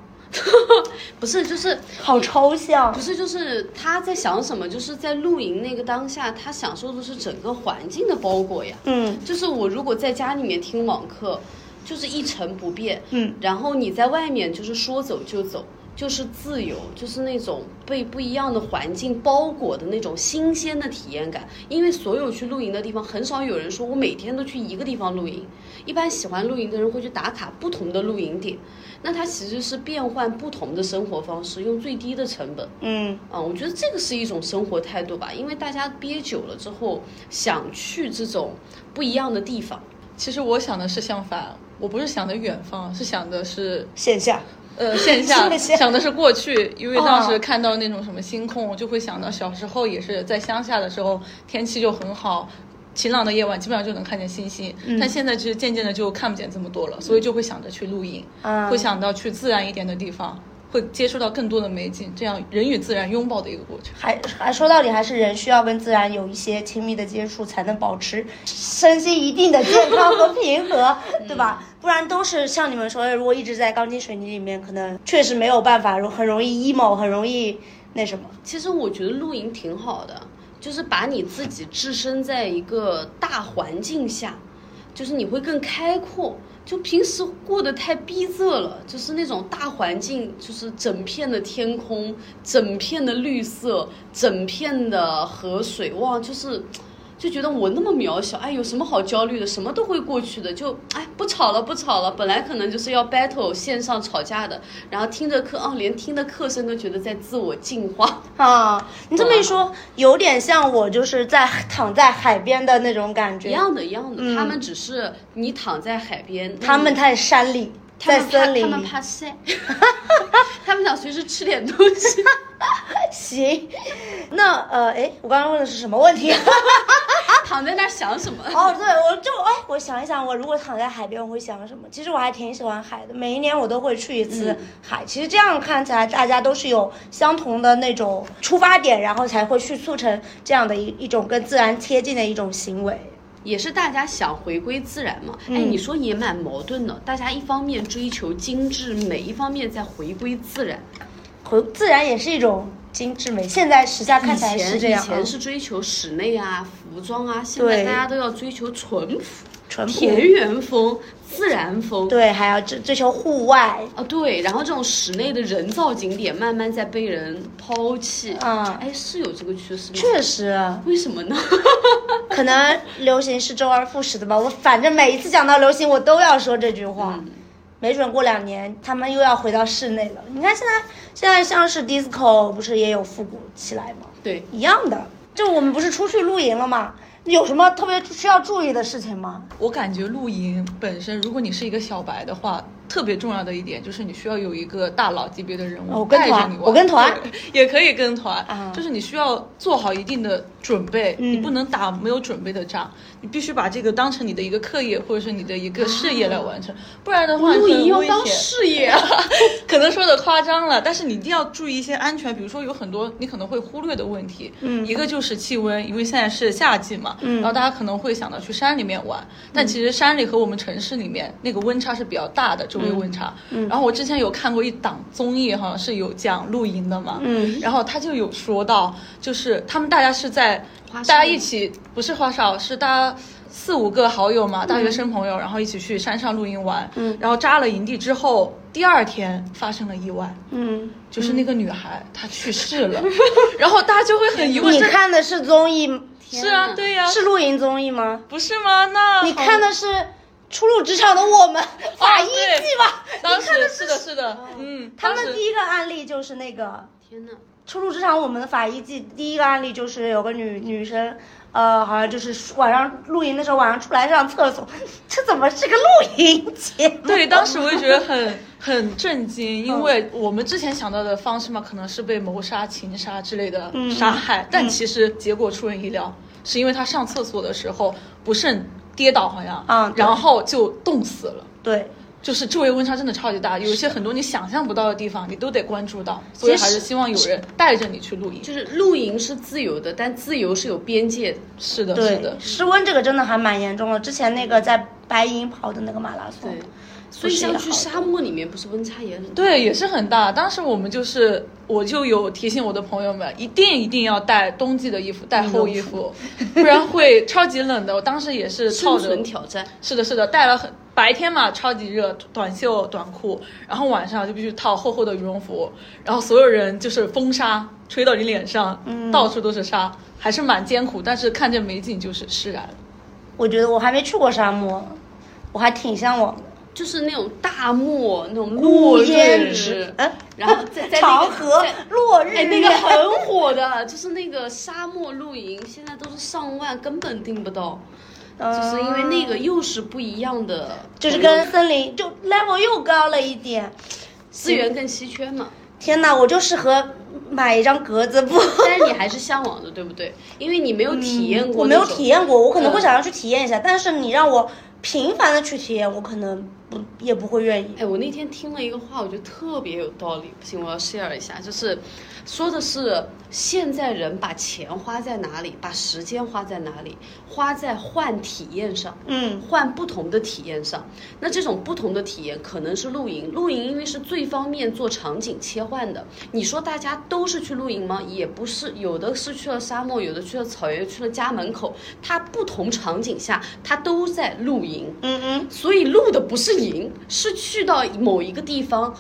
Speaker 2: [LAUGHS] 不是就是
Speaker 1: 好抽象
Speaker 2: 不。是，就是他在想什么？就是在露营那个当下，他享受的是整个环境的包裹呀。
Speaker 1: 嗯
Speaker 2: 就是我如果在家里面听网课，就是一成不变，
Speaker 1: 嗯，
Speaker 2: 然后你在外面就是说走就走，就是自由，就是那种被不一样的环境包裹的那种新鲜的体验感。因为所有去露营的地方，很少有人说我每天都去一个地方露营，一般喜欢露营的人会去打卡不同的露营点，那他其实是变换不同的生活方式，用最低的成本。
Speaker 1: 嗯，
Speaker 2: 啊，我觉得这个是一种生活态度吧，因为大家憋久了之后，想去这种不一样的地方。
Speaker 3: 其实我想的是相反，我不是想的远方，是想的是
Speaker 1: 线下。 [LAUGHS]
Speaker 3: 呃线下，
Speaker 1: 线下
Speaker 3: 想的是过去，因为
Speaker 1: 哦
Speaker 3: 当时看到那种什么星空，我就会想到小时候也是在乡下的时候，天气就很好。晴朗的夜晚基本上就能看见星星，
Speaker 1: 嗯
Speaker 3: 但现在其实渐渐的就看不见这么多了，所以就会想着去露营，
Speaker 1: 啊
Speaker 3: 会想到去自然一点的地方，会接触到更多的美景，这样人与自然拥抱的一个过程。
Speaker 1: 还还说到底还是人需要跟自然有一些亲密的接触，才能保持身心一定的健康和平
Speaker 2: [LAUGHS]
Speaker 1: 和，对吧？
Speaker 2: 嗯
Speaker 1: 不然都是像你们说的，如果一直在钢筋水泥里面，可能确实没有办法，很容易 emo，很容易那什么。
Speaker 2: 其实我觉得露营挺好的，就是把你自己置身在一个大环境下，就是你会更开阔。就平时过得太逼仄了，就是那种大环境，就是整片的天空，整片的绿色，整片的河水，哇，就是就觉得我那么渺小，哎，有什么好焦虑的？什么都会过去的，就哎，不吵了，不吵了。本来可能就是要 battle 线上吵架的，然后听着课，哦，连听的课声都觉得在自我进化。
Speaker 1: 啊，你这么一说，有点像我就是在躺在海边的那种感
Speaker 2: 一
Speaker 1: 觉。
Speaker 2: 样的，一样的，
Speaker 1: 嗯
Speaker 2: 他们只是你躺在海边，
Speaker 1: 他们在山里，
Speaker 2: 他
Speaker 1: 在
Speaker 2: 们怕
Speaker 1: 森林
Speaker 2: 他们
Speaker 1: 里。
Speaker 2: 怕晒， [LAUGHS] 他们想随时吃点东西。
Speaker 1: [LAUGHS] 行，那呃，哎，我刚刚问的是什么问题？
Speaker 2: 躺在那儿想什么？
Speaker 1: 哦，对，我就哎，我想一想，我如果躺在海边，我会想什么？其实我还挺喜欢海的，每一年我都会去一次
Speaker 2: 嗯
Speaker 1: 海。其实这样看起来，大家都是有相同的那种出发点，然后才会去促成这样的一一种跟自然贴近的一种行为。
Speaker 2: 也是大家想回归自然嘛。哎，
Speaker 1: 嗯
Speaker 2: 你说也蛮矛盾的，大家一方面追求精致美，一方面在回归自然。
Speaker 1: 回自然也是一种精致美，现在时下看
Speaker 2: 以
Speaker 1: 起来
Speaker 2: 前
Speaker 1: 是这样
Speaker 2: 以
Speaker 1: 啊
Speaker 2: 前，是追求室内啊、服装啊，现在
Speaker 1: 对
Speaker 2: 大家都要追求淳朴、
Speaker 1: 淳
Speaker 2: 田
Speaker 1: 朴，
Speaker 2: 园风、自然风。
Speaker 1: 对，还要追追求户外。
Speaker 2: 啊，对，然后这种室内的人造景点慢慢在被人抛弃。
Speaker 1: 啊
Speaker 2: 哎，是有这个趋势吗？
Speaker 1: 确实，啊
Speaker 2: 为什么呢？
Speaker 1: 可能流行是周而复始的吧。我反正每一次讲到流行，我都要说这句话。
Speaker 3: 嗯
Speaker 1: 没准过两年他们又要回到室内了。你看现在，现在像是 disco 不是也有复古起来吗？
Speaker 2: 对，
Speaker 1: 一样的，就我们不是出去露营了吗？有什么特别需要注意的事情吗？
Speaker 3: 我感觉露营本身，如果你是一个小白的话，特别重要的一点就是你需要有一个大佬级别的人
Speaker 1: 哦我
Speaker 3: 物
Speaker 1: 跟
Speaker 3: 带着
Speaker 1: 团
Speaker 3: 你玩。
Speaker 1: 我跟团
Speaker 3: 对， [LAUGHS] 也可以跟团
Speaker 1: 啊，
Speaker 3: 就是你需要做好一定的准备，
Speaker 1: 嗯
Speaker 3: 你不能打没有准备的仗，你必须把这个当成你的一个课业或者是你的一个事业来完
Speaker 1: 嗯
Speaker 3: 成，不然的话
Speaker 2: 露营
Speaker 3: 你
Speaker 2: 要
Speaker 3: 很危
Speaker 2: 当
Speaker 3: 险。
Speaker 2: 事业啊。
Speaker 3: 可能说的夸张了，但是你一定要注意一些安全，比如说有很多你可能会忽略的问题。
Speaker 1: 嗯
Speaker 3: 一个就是气温，因为现在是夏季嘛，
Speaker 1: 嗯
Speaker 3: 然后大家可能会想到去山里面玩，但其实山里和我们城市里面那个温差是比较大的，昼夜温差。
Speaker 1: 嗯嗯
Speaker 3: 然后我之前有看过一档综艺，好像是有讲露营的嘛，
Speaker 1: 嗯
Speaker 3: 然后他就有说到，就是他们大家是在
Speaker 2: 花
Speaker 3: 大
Speaker 2: 少
Speaker 3: 家一起不是花少，是大家四五个好友嘛，大学生朋友，然后一起去山上露营玩。
Speaker 1: 嗯
Speaker 3: 然后扎了营地之后，第二天发生了意外，
Speaker 1: 嗯，
Speaker 3: 就是那个女孩、她去世了， [LAUGHS] 然后大家就会很疑问，
Speaker 1: 你
Speaker 3: 这
Speaker 1: 看的是综艺，
Speaker 3: 是啊，
Speaker 2: 呐
Speaker 3: 对呀、
Speaker 1: 是露营综艺吗？
Speaker 3: 不是吗？那
Speaker 1: 你
Speaker 3: 好
Speaker 1: 看的是初入职场的我们法医
Speaker 3: 嗯哦对
Speaker 1: 季吧？
Speaker 3: 当时是的，是的，嗯，
Speaker 1: 哦他
Speaker 3: 当时
Speaker 1: 们第一个案例就是那个
Speaker 2: 天哪！
Speaker 1: 初入职场，我们的法医季第一个案例就是有个女女生，呃，好像就是晚上露营的时候晚上出来上厕所， [LAUGHS] 这怎么是个露营节目？ [LAUGHS]
Speaker 3: 对，当时我也觉得很很震
Speaker 1: 嗯
Speaker 3: 惊，因为我们之前想到的方式嘛，可能是被谋杀、情杀之类的
Speaker 1: 嗯
Speaker 3: 杀害，但其实结果出人意料，是因为他上厕所的时候不慎跌倒，好像，
Speaker 1: 啊对
Speaker 3: 然后就冻死了。
Speaker 1: 对，
Speaker 3: 就是昼夜温差真的超级大，有一些很多你想象不到的地方，你都得关注到，所以
Speaker 2: 其实
Speaker 3: 还是希望有人带着你去露营。
Speaker 2: 就是露营是自由的，但自由是有边界的。
Speaker 3: 是的，嗯是
Speaker 1: 对
Speaker 3: 的，，
Speaker 1: 失温这个真的还蛮严重的。之前那个在白银跑的那个马拉松，
Speaker 2: 对，哦所以像去沙漠里面，不是温差也很大。
Speaker 3: 对，也是很大。当时我们就是，我就有提醒我的朋友们，一定一定要带冬季的衣服，带厚衣服，不然会超级冷的。我当时也是
Speaker 2: 生
Speaker 3: 套着
Speaker 2: 存，挑战，
Speaker 3: 是的，是的，带了很白天嘛，超级热，短袖短裤，然后晚上就必须套厚厚的羽绒服，然后所有人就是风沙吹到你脸上，
Speaker 1: 嗯
Speaker 3: 到处都是沙，还是蛮艰苦，但是看着美景就是释然了。
Speaker 1: 我觉得我还没去过沙漠，我还挺向往的。
Speaker 2: 就是那种大漠那种
Speaker 1: 乌
Speaker 2: 落
Speaker 1: 烟
Speaker 2: 日
Speaker 1: 直，，嗯，
Speaker 2: [LAUGHS] 然后在在那
Speaker 1: [LAUGHS] 长
Speaker 2: 个
Speaker 1: 河
Speaker 2: 在
Speaker 1: 落日
Speaker 2: 哎，那个
Speaker 1: 圆
Speaker 2: 很火的，就是那个沙漠露营，现在都是上万，根本订不到，就是因为那个又是不一样的，
Speaker 1: 嗯就是跟森林就 level 又高了一点。
Speaker 2: 资源更稀缺 [LAUGHS] 嘛。
Speaker 1: 天哪，我就适合买一张格子
Speaker 2: [LAUGHS]
Speaker 1: 布。
Speaker 2: 但是你还是向往的，对不对？因为你嗯没有体验过，
Speaker 1: 我没有体。验过，我可能会想要去体验一下，但是你让我频繁的去体验，我可能不也不会愿意。
Speaker 2: 哎，我那天听了一个话，我觉得特别有道理，不行，我要 share 一下，就是说的是现在人把钱花在哪里，把时间花在哪里，花在换体验上。
Speaker 1: 嗯，
Speaker 2: 换不同的体验上，那这种不同的体验可能是露营，露营因为是最方便做场景切换的。你说大家都是去露营吗？也不是，有的是去了沙漠，有的去了草原，去了家门口。它不同场景下，它都在露营。
Speaker 1: 嗯嗯，
Speaker 2: 所以露的不是营，是去到某一个地方。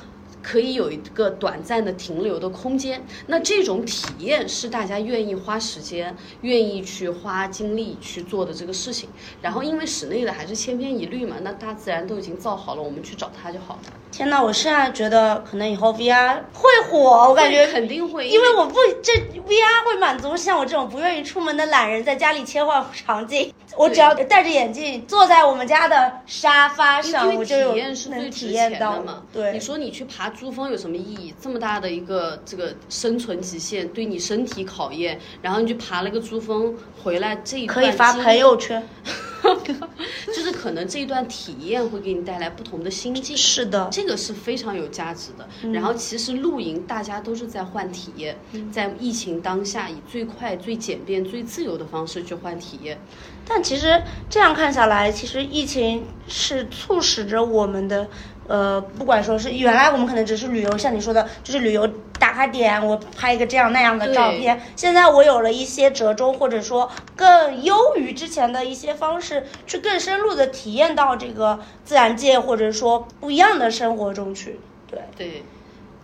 Speaker 2: 可以有一个短暂的停留的空间，那这种体验是大家愿意花时间、愿意去花精力去做的这个事情。然后，因为室内的还是千篇一律嘛，那大自然都已经造好了，我们去找它就好了。
Speaker 1: 天呐，我现在觉得可能以后 VR 会火，我感觉
Speaker 2: 会肯定会，
Speaker 1: 因为我不这 VR 会满足像我这种不愿意出门的懒人，在家里切换场景。我只要戴着眼镜坐在我们家的沙发上，
Speaker 2: 因
Speaker 1: 啊我
Speaker 2: 为
Speaker 1: 就有
Speaker 2: 体验是最
Speaker 1: 能体
Speaker 2: 值钱
Speaker 1: 验
Speaker 2: 的
Speaker 1: 到
Speaker 2: 嘛。你
Speaker 1: 对，
Speaker 2: 说你去爬珠峰有什么意义？这么大的一个这个生存极限，对你身体考验，然后你去爬了个珠峰回来，这一
Speaker 1: 可
Speaker 2: 段
Speaker 1: 以发
Speaker 2: 经历
Speaker 1: 朋友圈。
Speaker 2: 就是可能这一段体验会给你带来不同的心境，
Speaker 1: 是嗯的，
Speaker 2: 这个是非常有价值的。然后其实露营大家都是在换体验，
Speaker 1: 嗯
Speaker 2: 在疫情当下以最快、最简便、最自由的方式去换体验。
Speaker 1: 但其实这样看下来，其实疫情是促使着我们的，呃，不管说是原来我们可能只是旅游，像你说的，就是旅游打卡点，我拍一个这样那样的照片。现在我有了一些折中，或者说更优于之前的一些方式，去更深入的体验到这个自然界，或者说不一样的生活中去。对，
Speaker 2: 对，嗯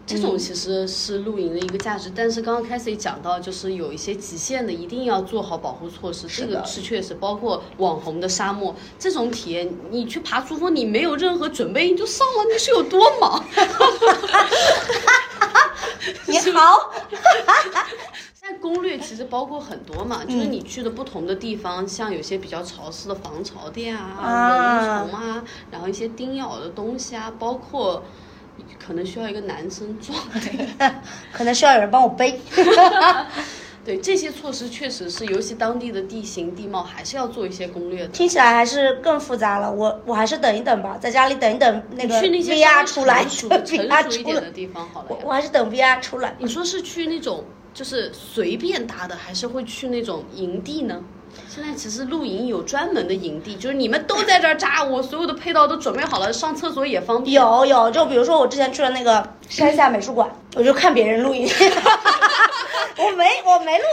Speaker 2: 这种其实是露营的一个价值，但是刚刚开始也讲到，就是有一些极限的，一定要做好保护措施，
Speaker 1: 是
Speaker 2: 这
Speaker 1: 的
Speaker 2: 个是确实，包括网红的沙漠这种体验，你去爬珠峰，你没有任何准备，你就上了，你是有多忙？ [LAUGHS]
Speaker 1: 你好，
Speaker 2: 但攻略其实包括很多嘛，就是你去的不同的地方，像有些比较潮湿的防潮垫啊、
Speaker 1: 啊
Speaker 2: 蚊虫啊，然后一些叮咬的东西啊，包括可能需要一个男生装的。
Speaker 1: 可能需要有人帮我背。
Speaker 2: 对，这些措施确实是，尤其当地的地形地貌，还是要做一些攻略的。
Speaker 1: 听起来还是更复杂了。我我还是等一等吧，在家里等一等那个
Speaker 2: 去那些
Speaker 1: VR
Speaker 2: 稍微
Speaker 1: 出来
Speaker 2: 成熟的、
Speaker 1: [LAUGHS]
Speaker 2: 成
Speaker 1: ，VR
Speaker 2: 熟一
Speaker 1: 出
Speaker 2: 点
Speaker 1: 来
Speaker 2: 的，地方好了
Speaker 1: 我
Speaker 2: 呀。
Speaker 1: 我还是等 VR 出来。
Speaker 2: 你说是去那种就是随便搭的，还是会去那种营地呢？现在其实露营有专门的营地，就是你们都在这儿扎，我所有的配套都准备好了，上厕所也方便。
Speaker 1: 有有，就比如说我之前去了那
Speaker 2: [LAUGHS]
Speaker 1: 个山下美术馆，我就看别人录音， [LAUGHS] 我没我没录，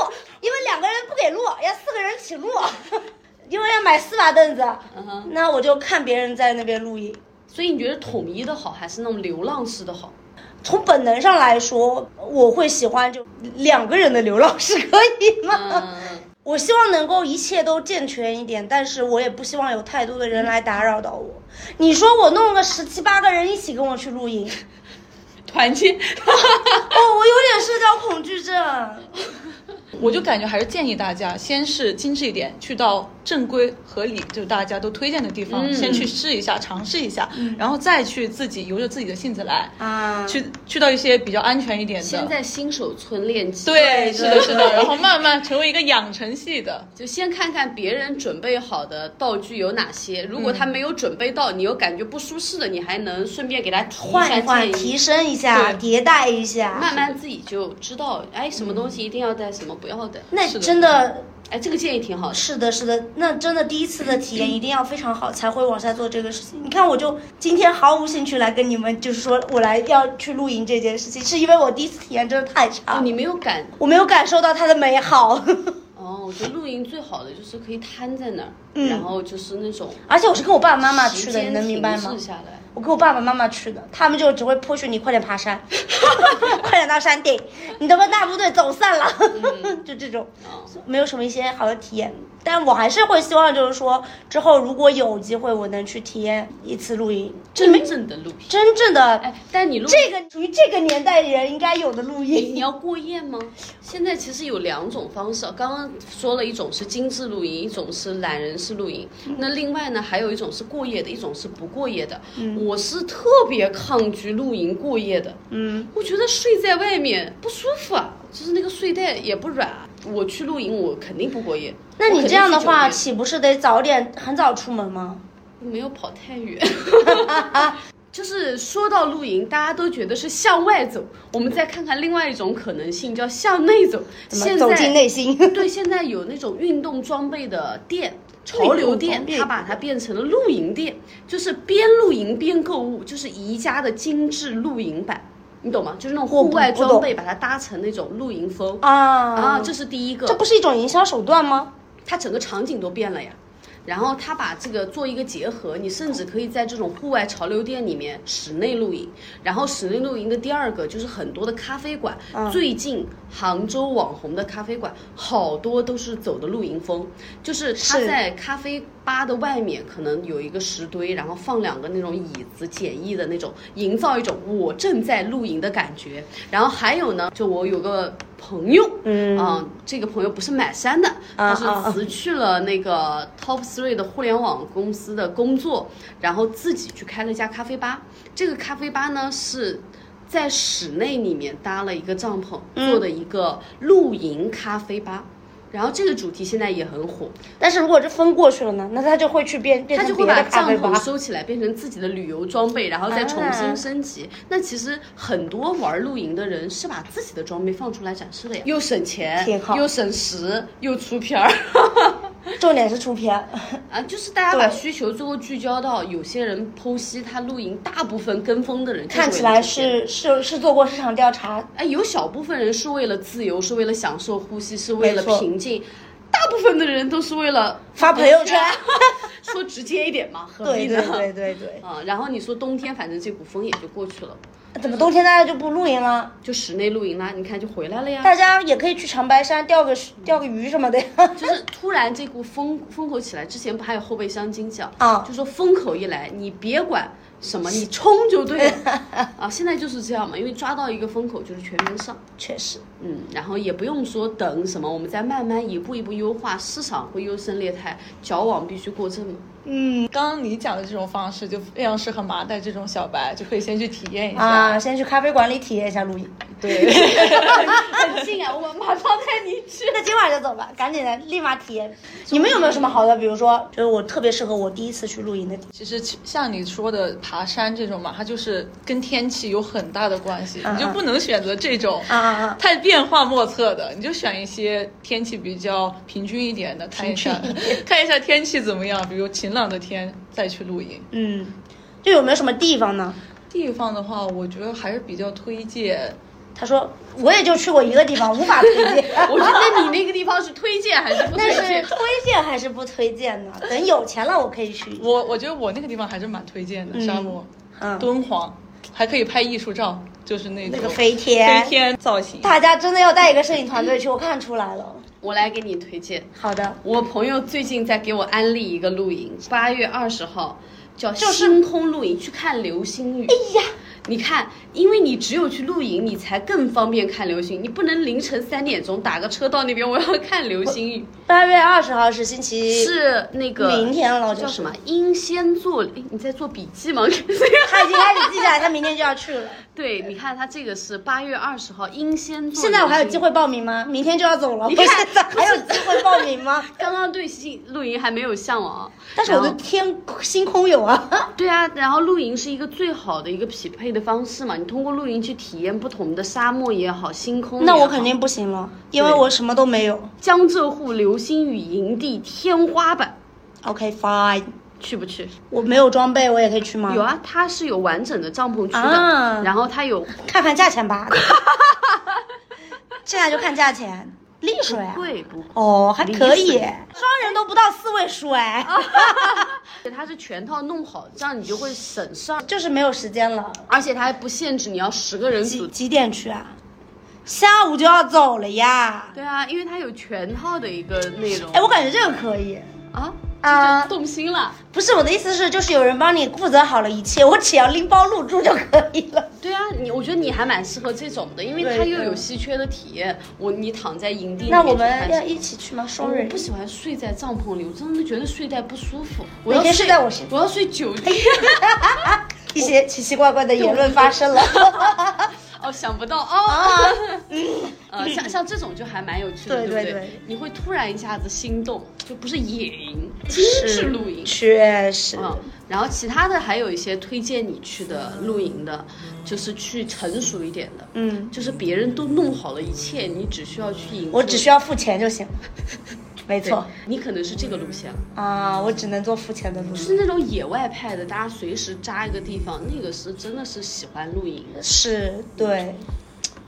Speaker 1: 因为两个人不给录，要四个人一起录， [LAUGHS] 因为要买四把凳子，
Speaker 2: 嗯哼，
Speaker 1: 那我就看别人在那边录音。
Speaker 2: 所以你觉得统一的好，还是那种流浪式的好？
Speaker 1: 从本能上来说，我会喜欢就两个人的流浪是可以吗？
Speaker 2: 嗯，
Speaker 1: 我希望能够一切都健全一点，但是我也不希望有太多的人来打扰到我。你说我弄个十七八个人一起跟我去露营，
Speaker 2: 团建。
Speaker 1: 哦，我有点社交恐惧症。
Speaker 3: 我就感觉还是建议大家先是精致一点，去到正规合理，就大家都推荐的地方，
Speaker 2: 嗯
Speaker 3: 先去试一下，尝试一下，然后再去自己由着自己的性子来，
Speaker 1: 啊，
Speaker 3: 去去到一些比较安全一点的。
Speaker 2: 先在新手村练级。
Speaker 3: 对，是的，
Speaker 1: 对
Speaker 3: 是的，然后慢慢成为一个养成系的。
Speaker 2: 就先看看别人准备好的道具有哪些，如果他没有准备到，你又感觉不舒适的，你还能顺便给他提一
Speaker 1: 换
Speaker 2: 下
Speaker 1: 一换，
Speaker 2: 建
Speaker 1: 提
Speaker 2: 议，
Speaker 1: 升一下，迭代一下。
Speaker 2: 慢慢自己就知道，哎，什么东西一定要带，什么不要带。
Speaker 1: 那
Speaker 3: 是的
Speaker 1: 真的
Speaker 2: 哎，这个建议挺好的。
Speaker 1: 是的，是的，那真的第一次的体验一定要非常好，才会往下做这个事情。你看，我就今天毫无兴趣来跟你们，就是说我来要去露营这件事情，是因为我第一次体验真的太
Speaker 2: 哦，
Speaker 1: 差，
Speaker 2: 你没有感
Speaker 1: 我没有感受到它的美好。
Speaker 2: 哦，我觉得露营最好的就是可以瘫在那儿，
Speaker 1: 嗯
Speaker 2: 然后就是那种
Speaker 1: 而且我是跟我爸爸妈妈去
Speaker 2: 时
Speaker 1: 的，你
Speaker 2: 间
Speaker 1: 能明白
Speaker 2: 停
Speaker 1: 吗
Speaker 2: 滞？下来，
Speaker 1: 我跟我爸爸妈妈去的，他们就只会迫使
Speaker 2: [LAUGHS]
Speaker 1: 你快点爬山，快点到山顶，你的问大部队走散了， [LAUGHS] 就这种，
Speaker 2: 哦
Speaker 1: 没有什么一些好的体验。但我还是会希望，就是说之后如果有机会，我能去体验一次露营，
Speaker 2: 真正的露营。
Speaker 1: 真正的
Speaker 2: 哎，但你露
Speaker 1: 这个属于这个年代人应该有的露
Speaker 2: 你 [LAUGHS]
Speaker 1: 营。
Speaker 2: 你要过夜吗？现在其实有两种方式，啊刚刚说了一种是精致露营，一种是懒人式露营。
Speaker 1: 嗯
Speaker 2: 那另外呢，还有一种是过夜的，一种是不过夜的。我是特别抗拒露营过夜的，
Speaker 1: 嗯，
Speaker 2: 我觉得睡在外面不舒服啊，就是那个睡袋也不软啊。我去露营，我肯定不过夜。
Speaker 1: 那
Speaker 2: 我肯
Speaker 1: 你
Speaker 2: 定
Speaker 1: 这样的
Speaker 2: 是酒
Speaker 1: 话，
Speaker 2: 店
Speaker 1: 岂不是得早点很早出门吗？
Speaker 2: 没有跑太远。 [LAUGHS] 就是说到露营，大家都觉得是向外走，我们再看看另外一种可能性，叫向内走。
Speaker 1: 怎么
Speaker 2: 现
Speaker 1: 走
Speaker 2: 在
Speaker 1: 进内心。
Speaker 2: [LAUGHS] 对，现在有那种运动装备的店，潮流店，
Speaker 1: 运动装备
Speaker 2: 它把它变成了露营店，就是边露营边购物，就是宜家的精致露营版，你懂吗？就是那种
Speaker 1: 我
Speaker 2: 户
Speaker 1: 不
Speaker 2: 外
Speaker 1: 不懂
Speaker 2: 装备，把它搭成那种露营风
Speaker 1: 啊 [LAUGHS]
Speaker 2: 啊，这是第一个。
Speaker 1: 这不是一种营销手段吗？
Speaker 2: 它整个场景都变了呀。然后它把这个做一个结合，你甚至可以在这种户外潮流店里面室内露营。然后室内露营的第二个就是很多的咖啡馆，
Speaker 1: 嗯
Speaker 2: 最近杭州网红的咖啡馆好多都是走的露营风，就是它
Speaker 1: 是
Speaker 2: 在咖啡吧的外面可能有一个石堆，然后放两个那种椅子，简易的那种，营造一种我正在露营的感觉。然后还有呢，就我有个朋友，
Speaker 1: 嗯
Speaker 2: 啊这个朋友不是买山的，他
Speaker 1: 啊
Speaker 2: 是
Speaker 1: 啊啊
Speaker 2: 辞去了那个 Top Three 的互联网公司的工作，然后自己去开了一家咖啡吧。这个咖啡吧呢是在室内里面搭了一个帐篷，
Speaker 1: 嗯
Speaker 2: 做的一个露营咖啡吧。然后这个主题现在也很火，
Speaker 1: 但是如果这分过去了呢，那他就会去变变
Speaker 2: 他
Speaker 1: 成
Speaker 2: 就
Speaker 1: 别
Speaker 2: 会把
Speaker 1: 的咖
Speaker 2: 帐
Speaker 1: 啡吧哎
Speaker 2: 篷。收起来，变成自己的旅游装备，然后再重新升级。那其实很多玩露营的人是把自己的装备放出来展示的呀，又省钱
Speaker 1: 挺好
Speaker 2: 又省时，又出
Speaker 1: [LAUGHS]
Speaker 2: 片儿。
Speaker 1: [LAUGHS] 重点是出
Speaker 2: [LAUGHS]
Speaker 1: 片，
Speaker 2: 啊，就是大家把
Speaker 1: 对
Speaker 2: 需求最后聚焦到有些人剖析他露营，大部分跟风的人就是
Speaker 1: 看起
Speaker 2: 为了
Speaker 1: 来
Speaker 2: 这些。
Speaker 1: 是是是做过市场调查，
Speaker 2: 哎，有小部分人是为了自由，是为了享受呼吸，是为了
Speaker 1: 没错
Speaker 2: 平静，大部分的人都是为了
Speaker 1: 发朋友圈。
Speaker 2: 说直接一点嘛，何
Speaker 1: [LAUGHS]
Speaker 2: 必
Speaker 1: 对
Speaker 2: 呢？
Speaker 1: 对对对对，
Speaker 2: 啊，然后你说冬天，反正这股风也就过去了，
Speaker 1: 怎么冬天大家就不露营了？
Speaker 2: 就室内露营啦，你看就回来了呀。
Speaker 1: 大家也可以去长白山钓个钓个鱼什么的呀。 [LAUGHS]
Speaker 2: 就是突然这股风风口起来，之前不还有后备箱经济啊？
Speaker 1: 啊
Speaker 2: 就说风口一来，你别管什么，你冲就对了 [LAUGHS] 啊！现在就是这样嘛，因为抓到一个风口就是全员上，
Speaker 1: 确实，
Speaker 2: 嗯，然后也不用说等什么，我们再慢慢一步一步优化，市场会优胜劣汰，矫枉必须过正嘛。
Speaker 3: 嗯，刚刚你讲的这种方式就非常适合麻袋这种小白，就可以先去体验一下。
Speaker 1: 啊，先去咖啡馆里体验一下露营。
Speaker 3: 对，
Speaker 2: 很近啊，我马上带你去。
Speaker 1: 那今晚就走吧，赶紧的，立马体验。你们有没有什么好的？比如说，就是我特别适合我第一次去露营的地
Speaker 3: 其实像你说的爬山这种嘛，它就是跟天气有很大的关系，
Speaker 1: 嗯
Speaker 3: 你就不能选择这种
Speaker 1: 方啊啊啊！
Speaker 3: 太变幻莫测的，你就选一些天气比较平均一点的，看一下 [LAUGHS] 看一下天气怎么样，比如晴朗的天再去露营。
Speaker 1: 嗯，就有没有什么地方呢？
Speaker 3: 地方的话，我觉得还是比较推荐，
Speaker 1: 他说我也就去过一个地方，无法推
Speaker 2: [LAUGHS]
Speaker 1: 荐。
Speaker 2: 我说，那你那个地方是推荐还是不推 [LAUGHS]
Speaker 1: 但是
Speaker 2: 荐？
Speaker 1: 推荐还是不推荐呢？等有钱了我可以去。
Speaker 3: 我我觉得我那个地方还是蛮推荐的，
Speaker 1: 嗯
Speaker 3: 沙漠，
Speaker 1: 嗯，
Speaker 3: 敦煌，还可以拍艺术照，就是那种
Speaker 1: 那个飞天，
Speaker 3: 飞天造型。
Speaker 1: 大家真的要带一个摄影团队去，我看出来了。
Speaker 2: 我来给你推荐。
Speaker 1: 好的，
Speaker 2: 我朋友最近在给我安利一个露营，八月二十号叫
Speaker 1: 就是
Speaker 2: 星空露营，去看流星雨。哎呀，你看，因为你只有去露营，你才更方便看流星雨。你不能凌晨三点钟打个车到那边，我要看流星雨。
Speaker 1: 八月二十号是星期，
Speaker 2: 是那个
Speaker 1: 明天了就是
Speaker 2: 叫什么？英仙座？哎，你在做笔记吗？ [LAUGHS]
Speaker 1: 他已经开始记下来，他明天就要去了。
Speaker 2: 对，你看他这个是八月二十号英仙座。
Speaker 1: 现在我还有机。会报名吗？明天就要走了，
Speaker 2: 你
Speaker 1: 不是
Speaker 2: 看
Speaker 1: 还有机会报名
Speaker 2: [LAUGHS]
Speaker 1: 吗？
Speaker 2: 刚刚对星露营还没有向往，
Speaker 1: 但是我
Speaker 2: 然
Speaker 1: 的
Speaker 2: 后
Speaker 1: 天星空有啊，
Speaker 2: 对啊，然后露营是一个最好的一个匹配的方式嘛，你通过露营去体验不同的沙漠也好，星空也
Speaker 1: 那
Speaker 2: 好
Speaker 1: 我肯定不行了，因为我什么都没有。
Speaker 2: 江浙沪流星雨营地天花板，
Speaker 1: OK fine，
Speaker 2: 去不去？
Speaker 1: 我没有装备，我也可以去吗？
Speaker 2: 有，啊，它是有完整的帐篷区的，
Speaker 1: 啊
Speaker 2: 然后它有
Speaker 1: 看看价钱吧。 [LAUGHS] 现在就看价钱，丽水啊，
Speaker 2: 贵不贵？
Speaker 1: 哦，还可
Speaker 2: 丽
Speaker 1: 以，
Speaker 2: 水哦
Speaker 1: 双人都不到四位数哎，
Speaker 2: 它是全套弄好，这样你就会省事儿，
Speaker 1: 就是没有时间了。
Speaker 2: 而且它还不限制你要十个人组
Speaker 1: 几。几点去啊？下午就要走了呀。
Speaker 2: 对啊，因为它有全套的一个内容。
Speaker 1: 哎，我感觉这个可以
Speaker 2: 啊，
Speaker 1: 啊。
Speaker 2: 动心了。
Speaker 1: 不是我的意思是，就是有人帮你负责好了一切，我只要拎包入住就可以了。
Speaker 2: 对啊，你我觉得你还蛮适合这种的，因为它
Speaker 1: 对
Speaker 2: 又
Speaker 1: 对
Speaker 2: 有稀缺的体验。我你躺在营地里
Speaker 1: 那
Speaker 2: 面
Speaker 1: 我
Speaker 2: 去看
Speaker 1: 们要
Speaker 2: 星
Speaker 1: 一起去吗？双
Speaker 2: 我
Speaker 1: 人
Speaker 2: 不？喜欢睡在帐篷里，我真的觉得睡袋不舒服。我
Speaker 1: 每
Speaker 2: 要
Speaker 1: 天
Speaker 2: 睡
Speaker 1: 睡在我身哎
Speaker 2: 我要睡酒店。
Speaker 1: 一些奇奇怪怪的言论发
Speaker 2: [LAUGHS]
Speaker 1: 生了。
Speaker 2: 哦，想不到哦。 [LAUGHS] 呃，像像这种就还蛮有趣的，
Speaker 1: 啊对
Speaker 2: 不
Speaker 1: 对
Speaker 2: 对
Speaker 1: 对？
Speaker 2: 你会突然一下子心动，就不是野营，精致露营。
Speaker 1: 确实，
Speaker 2: 嗯，然后其他的还有一些推荐你去的露营的，就是去成熟一点的，
Speaker 1: 嗯，
Speaker 2: 就是别人都弄好了一切，你只需要去营。
Speaker 1: 我只需要付钱就行。 [LAUGHS] 没
Speaker 2: 对
Speaker 1: 错
Speaker 2: 你可能是这个路线，
Speaker 1: 啊，我只能做付钱的路
Speaker 2: 就是那种野外派的，大家随时扎一个地方，那个是真的是喜欢露营的，
Speaker 1: 是，对。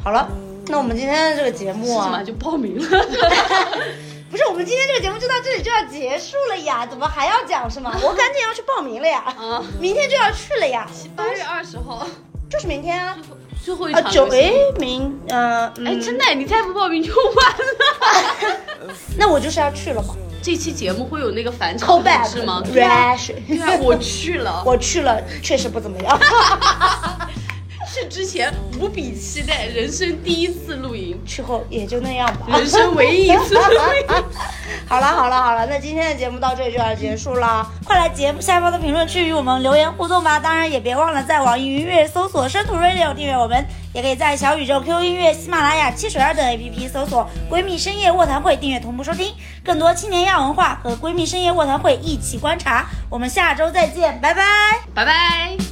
Speaker 1: 好了，那我们今天的这个节目
Speaker 2: 是
Speaker 1: 啊
Speaker 2: 嘛，就报名 [LAUGHS] 了。
Speaker 1: 不是我们今天这个节目就到这里就要结束了呀？怎么还要讲
Speaker 2: [LAUGHS]
Speaker 1: 是吗？我赶紧要去报名了呀，
Speaker 2: 啊，
Speaker 1: 明天就要去了呀，
Speaker 2: 八月二十号
Speaker 1: 就是明天啊。
Speaker 2: 最后一
Speaker 1: 啊
Speaker 2: 场
Speaker 1: 九
Speaker 2: 游
Speaker 1: 哎
Speaker 2: 戏。
Speaker 1: 明呃
Speaker 2: 哎，
Speaker 1: 嗯
Speaker 2: 真的，你再不报名就完了。
Speaker 1: 那我就是要去了嘛
Speaker 2: [LAUGHS] 这期节目会有那个返场
Speaker 1: ，call
Speaker 2: 模式
Speaker 1: back
Speaker 2: 吗？对啊，
Speaker 1: rush，
Speaker 2: 对啊，我去
Speaker 1: [LAUGHS]
Speaker 2: 了。
Speaker 1: 我去了确实不怎么样， [LAUGHS]
Speaker 2: 是之前无比期待，人生第一次露营，
Speaker 1: 去后也就那样吧。 [LAUGHS]
Speaker 2: 人生唯一一次露 [LAUGHS] 营。
Speaker 1: 好了好了好了，那今天的节目到这里就要结束了，快来节目下方的评论区与我们留言互动吧！当然也别忘了在网易云音乐搜索“生土 radio” 订阅我们，也可以在小宇宙、QQ 音乐、喜马拉雅、七水二等 APP 搜索“闺蜜深夜卧谈会”订阅同步收听，更多青年亚文化和闺蜜深夜卧谈会一起观察。我们下周再见，拜拜。
Speaker 2: 拜拜。